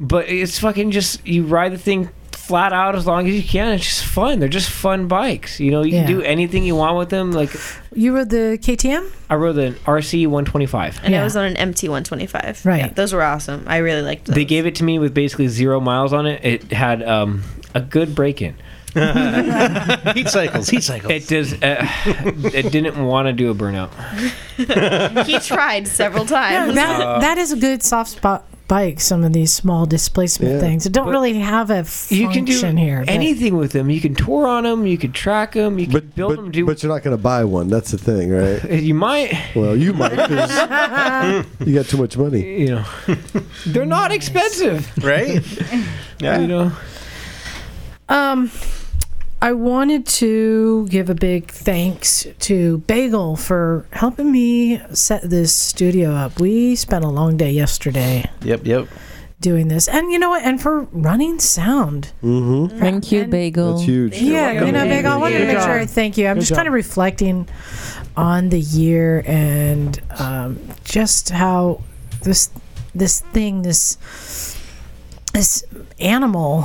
[SPEAKER 12] but it's fucking just you ride the thing flat out as long as you can. It's just fun. They're just fun bikes. You know, you
[SPEAKER 1] Yeah.
[SPEAKER 12] can do anything you want with them. Like
[SPEAKER 1] You rode the KTM?
[SPEAKER 12] I rode an RC 125.
[SPEAKER 6] And I was on an MT 125.
[SPEAKER 1] Right.
[SPEAKER 6] Those were awesome. I really liked them.
[SPEAKER 12] They gave it to me with basically zero miles on it. It had um, a good break in. heat cycles, heat cycles. It does. Uh, it didn't want to do a burnout.
[SPEAKER 6] he tried several
[SPEAKER 1] Yeah,
[SPEAKER 6] times.
[SPEAKER 1] that,
[SPEAKER 13] Uh,
[SPEAKER 1] that is a good soft spot bike. Some of these small displacement
[SPEAKER 12] Yeah.
[SPEAKER 1] things. It don't
[SPEAKER 12] But
[SPEAKER 1] really have a function
[SPEAKER 12] You can do
[SPEAKER 1] here. but-
[SPEAKER 12] uh, anything with them. You can tour on them. You can track them. You can build them. Do
[SPEAKER 3] But you're not going to buy one. That's the thing, right?
[SPEAKER 12] You might.
[SPEAKER 3] Well, you might. 'cause you got too much money.
[SPEAKER 12] You know, they're not expensive,
[SPEAKER 14] right?
[SPEAKER 12] You know,
[SPEAKER 1] Um, I wanted to give a big thanks to Bagel for helping me set this studio up. We spent a long day yesterday
[SPEAKER 14] Yep, yep.
[SPEAKER 1] doing this, and you know what? And for running sound.
[SPEAKER 3] Mm-hmm.
[SPEAKER 10] Thank you, Bagel.
[SPEAKER 3] That's huge.
[SPEAKER 1] Yeah, you know, Bagel. I wanted to
[SPEAKER 10] Good
[SPEAKER 1] make sure I
[SPEAKER 10] job.
[SPEAKER 1] thank you. I'm
[SPEAKER 10] Good
[SPEAKER 1] just kind of reflecting on the year and um, just how this this thing this this animal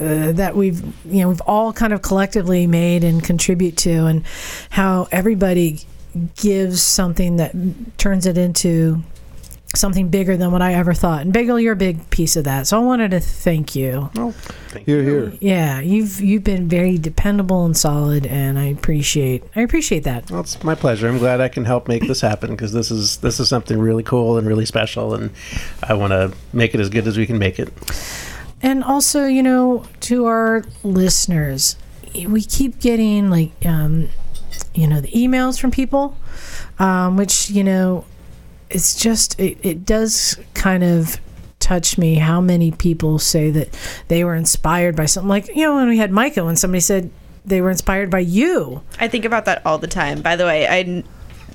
[SPEAKER 1] uh, that we've you know we've all kind of collectively made and contribute to and how everybody gives something that turns it into something bigger than what I ever thought. And Bagel, you're a big piece of that. So I wanted to thank you.
[SPEAKER 3] Here, here.
[SPEAKER 1] Yeah, you've you've been very dependable and solid, and I appreciate I appreciate that.
[SPEAKER 15] Well, it's my pleasure. I'm glad I can help make this happen because this is this is something really cool and really special, and I want to make it as good as we can make it.
[SPEAKER 1] And also, you know, to our listeners, we keep getting like, um, you know, the emails from people, um, which, you know, it's just, it, it does kind of touch me how many people say that they were inspired by something. Like, you know, when we had Micah, when somebody said they were inspired by you.
[SPEAKER 6] I think about that all the time. By the way, I,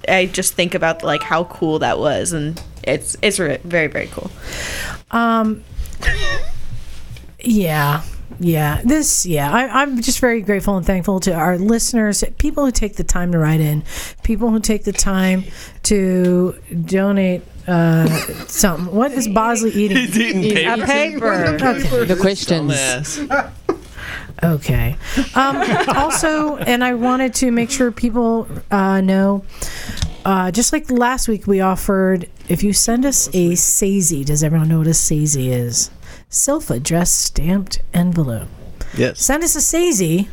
[SPEAKER 6] I just think about like how cool that was, and it's it's re- very very cool.
[SPEAKER 1] Um, yeah, yeah. This, yeah. I, I'm just very grateful and thankful to our listeners, people who take the time to write in, people who take the time to donate uh, something. What is Bosley eating?
[SPEAKER 7] He's eating He's eating a paper. paper.
[SPEAKER 1] Okay.
[SPEAKER 7] The questions. Dumbass.
[SPEAKER 1] Okay. Um, also, and I wanted to make sure people uh, know. Uh, just like last week, we offered if you send us a SAZY, does everyone know what a SAZY is? Self addressed stamped envelope.
[SPEAKER 14] Yes.
[SPEAKER 1] Send us a SAZY.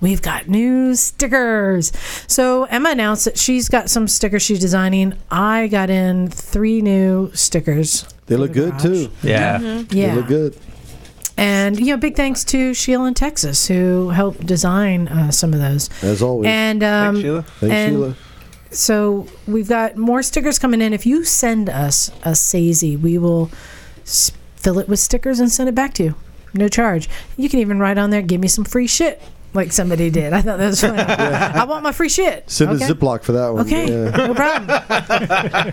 [SPEAKER 1] We've got new stickers. So Emma announced that she's got some stickers she's designing. I got in three new stickers.
[SPEAKER 3] They look good, too.
[SPEAKER 1] Yeah. Mhm. Yeah.
[SPEAKER 3] They look good.
[SPEAKER 1] And, you know, big thanks to Sheila in Texas who helped design uh, some of those.
[SPEAKER 3] As always.
[SPEAKER 1] And um,
[SPEAKER 3] Thanks,
[SPEAKER 1] and
[SPEAKER 3] Sheila.
[SPEAKER 1] So we've got more stickers coming in. If you send us a Sazy, we will s- fill it with stickers and send it back to you, no charge. You can even write on there, "Give me some free shit," like somebody did. I thought that was funny. I want my free shit.
[SPEAKER 3] Send
[SPEAKER 1] okay?
[SPEAKER 3] a Ziploc for that one.
[SPEAKER 1] Okay,
[SPEAKER 3] Yeah.
[SPEAKER 1] no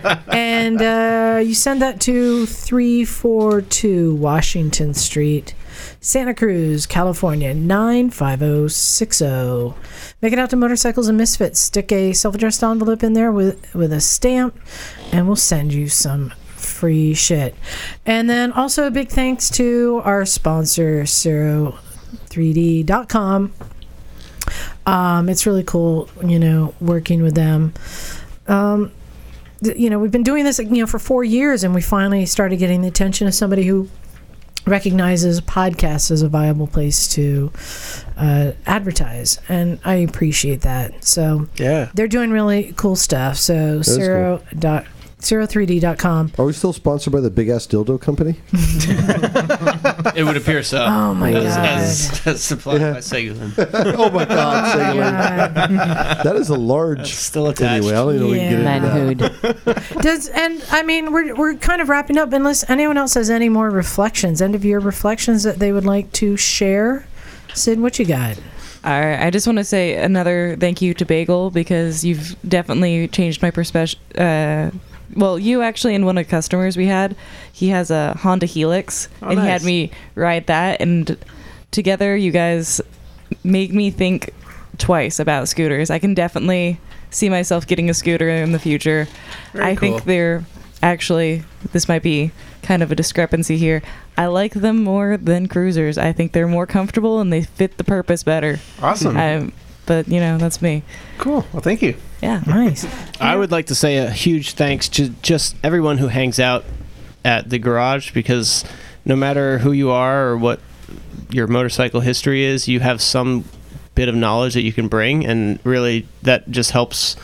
[SPEAKER 1] problem. and uh, you send that to 342 Washington Street, Santa Cruz, California, 95060. oh. Make it out to Motorcycles and Misfits. Stick a self addressed envelope in there with, with a stamp, and we'll send you some free shit. And then also a big thanks to our sponsor, Cero3D.com. Um, it's really cool, you know, working with them. Um, th- you know, we've been doing this, you know, for four years, and we finally started getting the attention of somebody who recognizes podcasts as a viable place to uh, advertise, and I appreciate that. So
[SPEAKER 15] Yeah.
[SPEAKER 1] they're doing really cool stuff. So
[SPEAKER 3] That's
[SPEAKER 1] zero dot zero three d dot com.
[SPEAKER 3] Are we still sponsored by the Big Ass Dildo Company?
[SPEAKER 13] It would appear so.
[SPEAKER 1] Oh my
[SPEAKER 13] as,
[SPEAKER 1] God.
[SPEAKER 13] As, as supplied by Seguin.
[SPEAKER 3] oh my God, Seguin. that is a large.
[SPEAKER 13] still attached.
[SPEAKER 3] Anyway, I don't even know if we can get into that.
[SPEAKER 1] Does and I mean we're we're kind of wrapping up. Unless anyone else has any more reflections, end of year reflections that they would like to share. Sid, what you got?
[SPEAKER 9] All right, I just want to say another thank you to Bagel because you've definitely changed my perspective. Uh, well, you actually, and one of the customers we had, he has a Honda Helix,
[SPEAKER 16] Oh,
[SPEAKER 9] and he
[SPEAKER 16] nice.
[SPEAKER 9] had me ride that, and together you guys make me think twice about scooters. I can definitely see myself getting a scooter in the future.
[SPEAKER 16] Very
[SPEAKER 9] I
[SPEAKER 16] cool.
[SPEAKER 9] think they're actually, this might be kind of a discrepancy here. I like them more than cruisers. I think they're more comfortable and they fit the purpose better.
[SPEAKER 4] Awesome.
[SPEAKER 9] I, but you know, that's me.
[SPEAKER 4] Cool. Well, thank you.
[SPEAKER 9] Yeah.
[SPEAKER 1] Nice.
[SPEAKER 13] I would like to say a huge thanks to just everyone who hangs out at the garage because no matter who you are or what your motorcycle history is, you have some bit of knowledge that you can bring, and really that just helps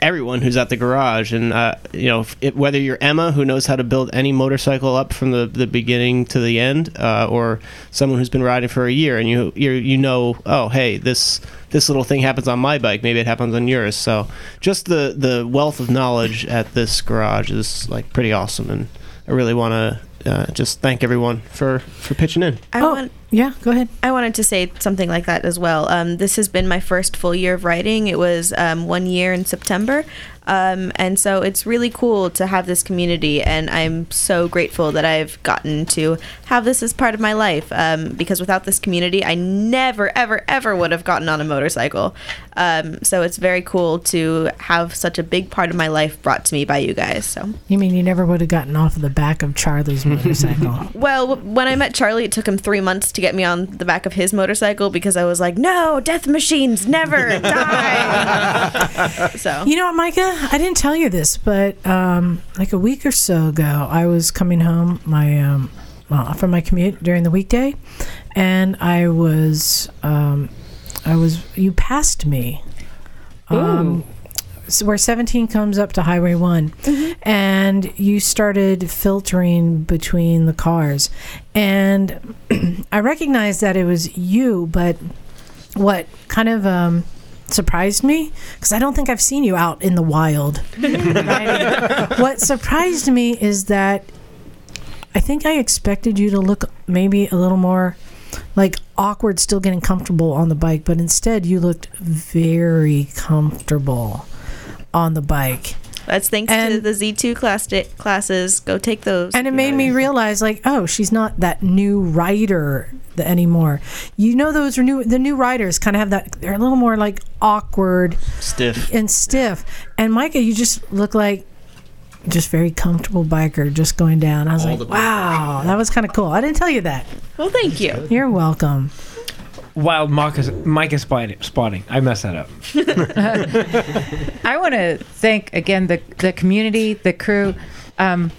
[SPEAKER 13] everyone who's at the garage. And uh, you know, if- it, whether you're Emma who knows how to build any motorcycle up from the, the beginning to the end, uh, or someone who's been riding for a year and you you you know, oh hey, this this little thing happens on my bike, maybe it happens on yours. So just the the wealth of knowledge at this garage is like pretty awesome, and I really want to. Uh, just thank everyone for for pitching in.
[SPEAKER 6] I want.
[SPEAKER 1] Oh, Yeah, go ahead.
[SPEAKER 6] I wanted to say something like that as well. Um, this has been my first full year of writing. It was um, one year in September, um, and so it's really cool to have this community. And I'm so grateful that I've gotten to have this as part of my life. Um, because without this community, I never, ever, ever would have gotten on a motorcycle. Um, so it's very cool to have such a big part of my life brought to me by you guys. So.
[SPEAKER 1] You mean you never would have gotten off of the back of Charlie's motorcycle?
[SPEAKER 6] Well, w- when I met Charlie, it took him three months to get me on the back of his motorcycle because I was like, no, death machines, never die. so,
[SPEAKER 1] You know what, Micah? I didn't tell you this, but um, like a week or so ago, I was coming home my um, well, from my commute during the weekday, and I was um, I was you passed me. Um, so where 17 comes up to Highway one and you started filtering between the cars. And I recognized that it was you, but what kind of um, surprised me, because I don't think I've seen you out in the wild. what surprised me is that I think I expected you to look maybe a little more like awkward, still getting comfortable on the bike, but instead you looked very comfortable on the bike.
[SPEAKER 6] that's thanks to the Z2 class di- classes. Go take those.
[SPEAKER 1] And it made me realize, like, oh, she's not that new writer th- anymore. You know, those are new. The new writers kind of have that. They're a little more like awkward,
[SPEAKER 13] Stiff.
[SPEAKER 1] and stiff. And Micah, you just look like just very comfortable biker, just going down. I was like, wow, that was kind of cool. I didn't tell you that.
[SPEAKER 6] Well, thank you.
[SPEAKER 1] You're welcome.
[SPEAKER 12] Wild Micah, Micah spotting, spotting. I messed that up.
[SPEAKER 8] I want to thank again the the community, the crew. Um,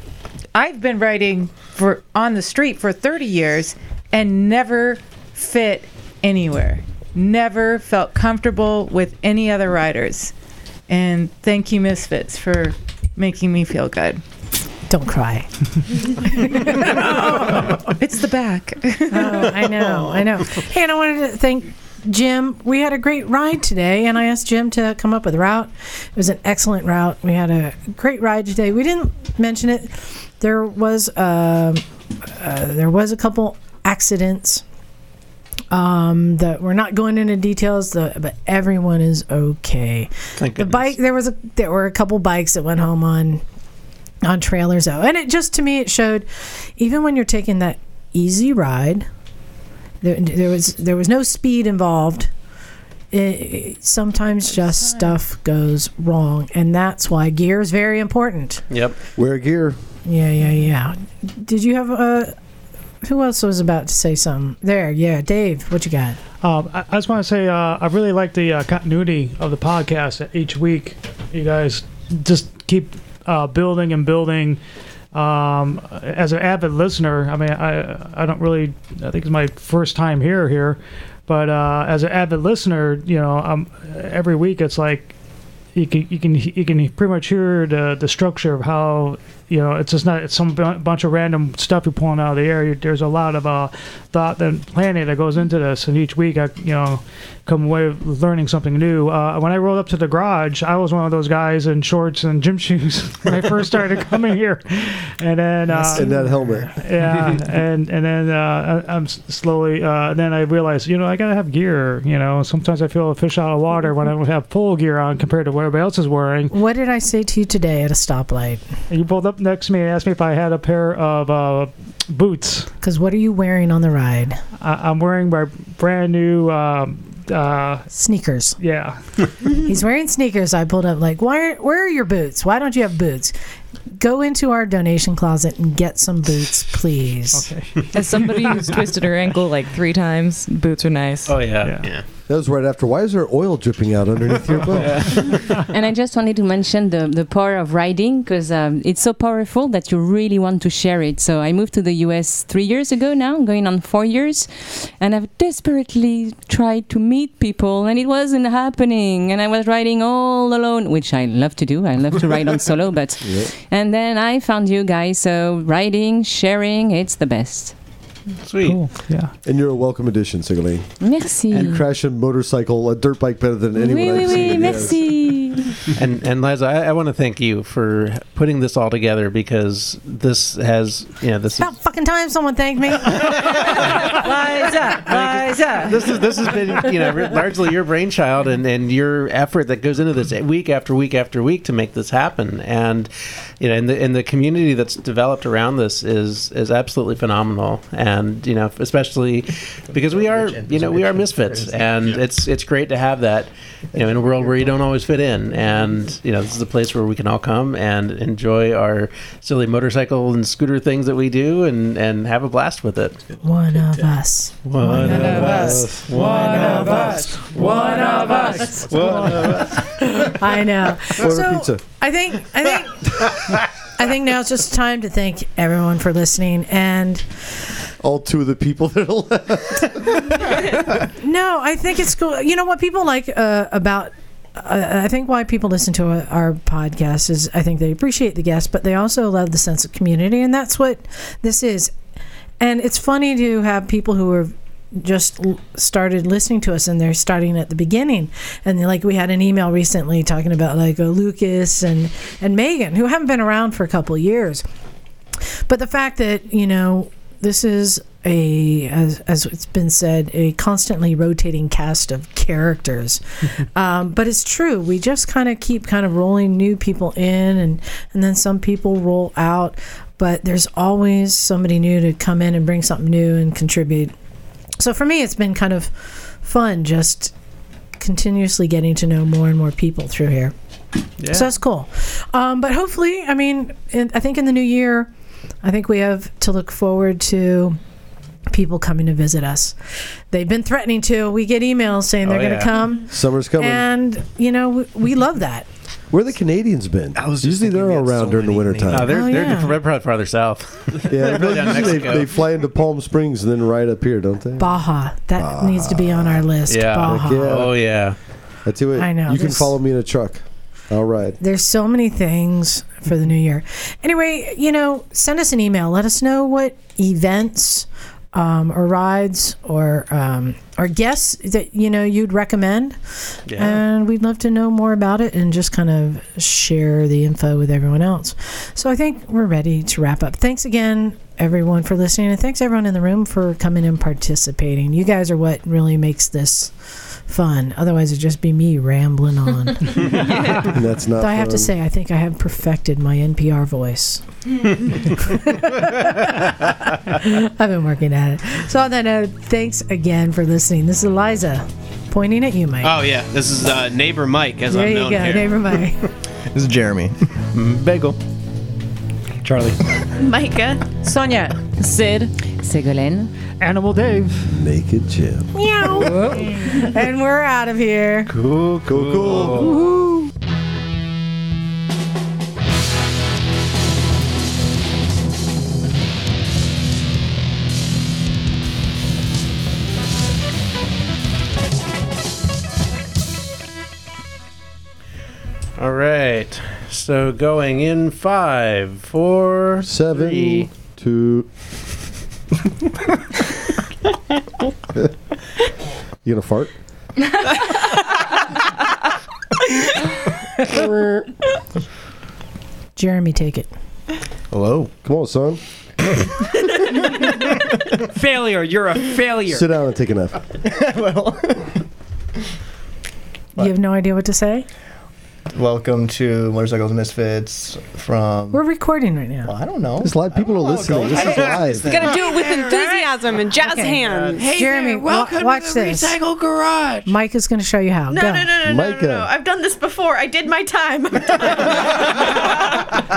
[SPEAKER 8] I've been writing for on the street for 30 years and never fit anywhere. Never felt comfortable with any other writers. And thank you, Misfits, for making me feel good.
[SPEAKER 1] Don't cry.
[SPEAKER 8] it's the back.
[SPEAKER 1] oh, I know, I know. Hey, and I wanted to thank Jim. We had a great ride today, and I asked Jim to come up with a route. It was an excellent route. We had a great ride today. We didn't mention it. There was um uh, there was a couple accidents um, that we're not going into details, the, but everyone is okay. the bike there was a there were a couple bikes that went home on on trailers though, and it just to me it showed even when you're taking that easy ride, there, there was there was no speed involved. It- it- sometimes just stuff goes wrong, and that's why gear is very important.
[SPEAKER 13] Yep.
[SPEAKER 3] Wear gear.
[SPEAKER 1] Yeah, yeah, yeah. Did you have a? Who else was about to say something? There, yeah, Dave. What you got?
[SPEAKER 11] Um, I, I just want to say uh, I really like the uh, continuity of the podcast each week. You guys just keep uh, building and building. Um, as an avid listener, I mean, I I don't really. I think it's my first time here here, but uh, as an avid listener, you know, um, every week it's like you can you can you can pretty much hear the the structure of how you know it's just not it's some bu- bunch of random stuff you're pulling out of the air. You- There's a lot of uh, thought and planning that goes into this, and each week I you know come away learning something new. Uh, when I rolled up to the garage, I was one of those guys in shorts and gym shoes when I first started coming here, and then uh,
[SPEAKER 3] and that helmet.
[SPEAKER 11] yeah, and and then uh, I, I'm s- slowly. Uh, then I realized, you know, I gotta have gear. You know, sometimes I feel a fish out of water when I don't have full gear on compared to what everybody else is wearing.
[SPEAKER 1] What did I say to you today at a stoplight?
[SPEAKER 11] And you pulled up next to me and asked me if I had a pair of uh, boots.
[SPEAKER 1] Because what are you wearing on the ride?
[SPEAKER 11] I- I'm wearing my brand new um, uh,
[SPEAKER 1] sneakers.
[SPEAKER 11] Yeah,
[SPEAKER 1] He's wearing sneakers. I pulled up like, why? Aren't, where are your boots? Why don't you have boots? Go into our donation closet and get some boots, please.
[SPEAKER 9] As somebody who's twisted her ankle like three times, boots are nice.
[SPEAKER 4] Oh yeah.
[SPEAKER 9] yeah.
[SPEAKER 3] That was right after. Why is there oil dripping out underneath your boat?
[SPEAKER 10] and I just wanted to mention the, the power of writing because um, it's so powerful that you really want to share it. So I moved to the US three years ago now, going on four years, and I've desperately tried to meet people, and it wasn't happening. And I was writing all alone, which I love to do. I love to write on solo, but. And then I found you guys. So writing, sharing, it's the best.
[SPEAKER 4] Sweet.
[SPEAKER 11] Yeah.
[SPEAKER 3] And you're a welcome addition, Sigaline.
[SPEAKER 10] Merci.
[SPEAKER 3] And crash a motorcycle, a dirt bike better than anyone
[SPEAKER 10] Oui,
[SPEAKER 3] I've
[SPEAKER 10] oui,
[SPEAKER 3] seen.
[SPEAKER 10] oui, merci.
[SPEAKER 4] and and Liza, I, I want to thank you for putting this all together because this has you know this
[SPEAKER 1] About fucking time someone thanked me. Liza, Liza.
[SPEAKER 4] This is this has been you know re- largely your brainchild and and your effort that goes into this week after week after week to make this happen and you know and the and the community that's developed around this is is absolutely phenomenal and you know especially because we are you know we are misfits and it's it's great to have that you know in a world where you don't always fit in and you know this is a place where we can all come and enjoy our silly motorcycle and scooter things that we do and and have a blast with it
[SPEAKER 1] One of us.
[SPEAKER 4] One, of, us.
[SPEAKER 1] One of us.
[SPEAKER 4] One of us. One of
[SPEAKER 1] us. I know.
[SPEAKER 3] Order
[SPEAKER 1] so
[SPEAKER 3] pizza.
[SPEAKER 1] I think I think I think now it's just time to thank everyone for listening and
[SPEAKER 3] All two of the people that are left.
[SPEAKER 1] No, I think it's cool. You know what people like uh, about. Uh, I think why people listen to our- our podcast is I think they appreciate the guests, but they also love the sense of community, and that's what this is. And it's funny to have people who are just l- started listening to us and they're starting at the beginning and they're like we had an email recently talking about like uh, lucas and and megan who haven't been around for a couple of years but the fact that you know this is a as, as it's been said a constantly rotating cast of characters um, but it's true we just kind of keep kind of rolling new people in and and then some people roll out but there's always somebody new to come in and bring something new and contribute so for me it's been kind of fun just continuously getting to know more and more people through here
[SPEAKER 7] Yeah.
[SPEAKER 1] so that's cool. Um, but hopefully, I mean, in, I think in the new year, I think we have to look forward to people coming to visit us. They've been threatening to. We get emails saying they're
[SPEAKER 3] Oh,
[SPEAKER 1] going
[SPEAKER 3] yeah.
[SPEAKER 1] to come.
[SPEAKER 3] Summer's coming.
[SPEAKER 1] And, you know, we, we love that.
[SPEAKER 3] Where the Canadians been? Usually they're all around during the wintertime.
[SPEAKER 4] No, they're,
[SPEAKER 1] Oh,
[SPEAKER 4] they're
[SPEAKER 1] yeah.
[SPEAKER 4] different- probably farther south.
[SPEAKER 3] Yeah,
[SPEAKER 4] They're down in
[SPEAKER 3] usually they,
[SPEAKER 4] Mexico.
[SPEAKER 3] they fly into Palm Springs and then right up here, don't they?
[SPEAKER 1] Baja. That needs to be on our list. Baja.
[SPEAKER 3] Heck yeah.
[SPEAKER 4] Oh, yeah.
[SPEAKER 3] I tell you what,
[SPEAKER 1] I know,
[SPEAKER 3] You can
[SPEAKER 1] there's-
[SPEAKER 3] follow me in a truck. All right.
[SPEAKER 1] There's so many things for the new year. Anyway, you know, send us an email. Let us know what events um, or rides or um, or guests that you know you'd recommend,
[SPEAKER 7] Yeah.
[SPEAKER 1] and we'd love to know more about it and just kind of share the info with everyone else. So I think we're ready to wrap up. Thanks again, everyone, for listening, and thanks everyone in the room for coming and participating. You guys are what really makes this fun. Otherwise, it'd just be me rambling on.
[SPEAKER 3] And that's not.
[SPEAKER 1] Though I have to
[SPEAKER 3] fun.
[SPEAKER 1] say, I think I have perfected my NPR voice. I've been working at it. So on that note, thanks again for listening. This is Eliza pointing at you, Mike.
[SPEAKER 13] Oh yeah, this is uh, neighbor Mike, as
[SPEAKER 1] there
[SPEAKER 13] I'm
[SPEAKER 1] you
[SPEAKER 13] known
[SPEAKER 1] go,
[SPEAKER 13] here.
[SPEAKER 1] neighbor Mike.
[SPEAKER 13] This is Jeremy.
[SPEAKER 4] Bagel.
[SPEAKER 12] Charlie.
[SPEAKER 6] Micah.
[SPEAKER 8] Sonia.
[SPEAKER 10] Sid. Sigolene.
[SPEAKER 11] Animal Dave.
[SPEAKER 3] Naked Jim.
[SPEAKER 1] Meow. and we're out of here.
[SPEAKER 3] Cool, cool, cool.
[SPEAKER 1] Woohoo.
[SPEAKER 4] All right. So going in five, four,
[SPEAKER 3] Seven,
[SPEAKER 4] three-
[SPEAKER 3] two. you gonna fart?
[SPEAKER 1] Jeremy, take it.
[SPEAKER 3] Hello. Come on, son.
[SPEAKER 12] failure. You're a failure.
[SPEAKER 3] Sit down and take a nap.
[SPEAKER 1] You have no idea what to say?
[SPEAKER 14] Welcome to Motorcycles and Misfits from.
[SPEAKER 1] We're recording right now. Well,
[SPEAKER 14] I don't know.
[SPEAKER 3] There's a lot of people are listening. This is live.
[SPEAKER 5] Gotta do it with enthusiasm and jazz
[SPEAKER 1] Okay.
[SPEAKER 5] hands.
[SPEAKER 1] Jeremy, wa- watch this. Garage. Mike is going to show you how.
[SPEAKER 6] No,
[SPEAKER 1] Go.
[SPEAKER 6] no, no, no, no, no, no, no. I've done this before. I did my time.
[SPEAKER 3] Come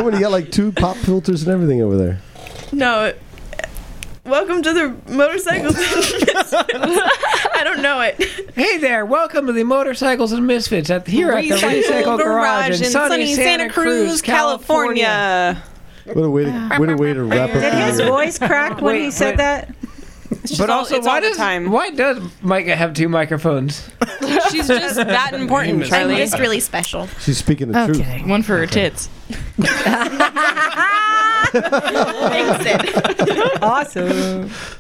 [SPEAKER 3] on, you got like two pop filters and everything over there.
[SPEAKER 6] no. Welcome to the motorcycles. I don't know it.
[SPEAKER 12] Hey there, welcome to the Motorcycles and Misfits at here at the Recycle Garage in sunny Santa Cruz, California.
[SPEAKER 3] What a way to, what a way to wrap up.
[SPEAKER 12] Did
[SPEAKER 3] the
[SPEAKER 12] his
[SPEAKER 3] year.
[SPEAKER 12] voice
[SPEAKER 8] crack
[SPEAKER 12] when he said
[SPEAKER 8] that?
[SPEAKER 12] Uh, But also, why does why does Micah have two microphones?
[SPEAKER 5] She's just that important, Charlie.
[SPEAKER 6] I'm just really special.
[SPEAKER 3] She's speaking the
[SPEAKER 6] Okay.
[SPEAKER 3] truth.
[SPEAKER 9] One for her tits.
[SPEAKER 6] Thanks, Sid.
[SPEAKER 8] awesome.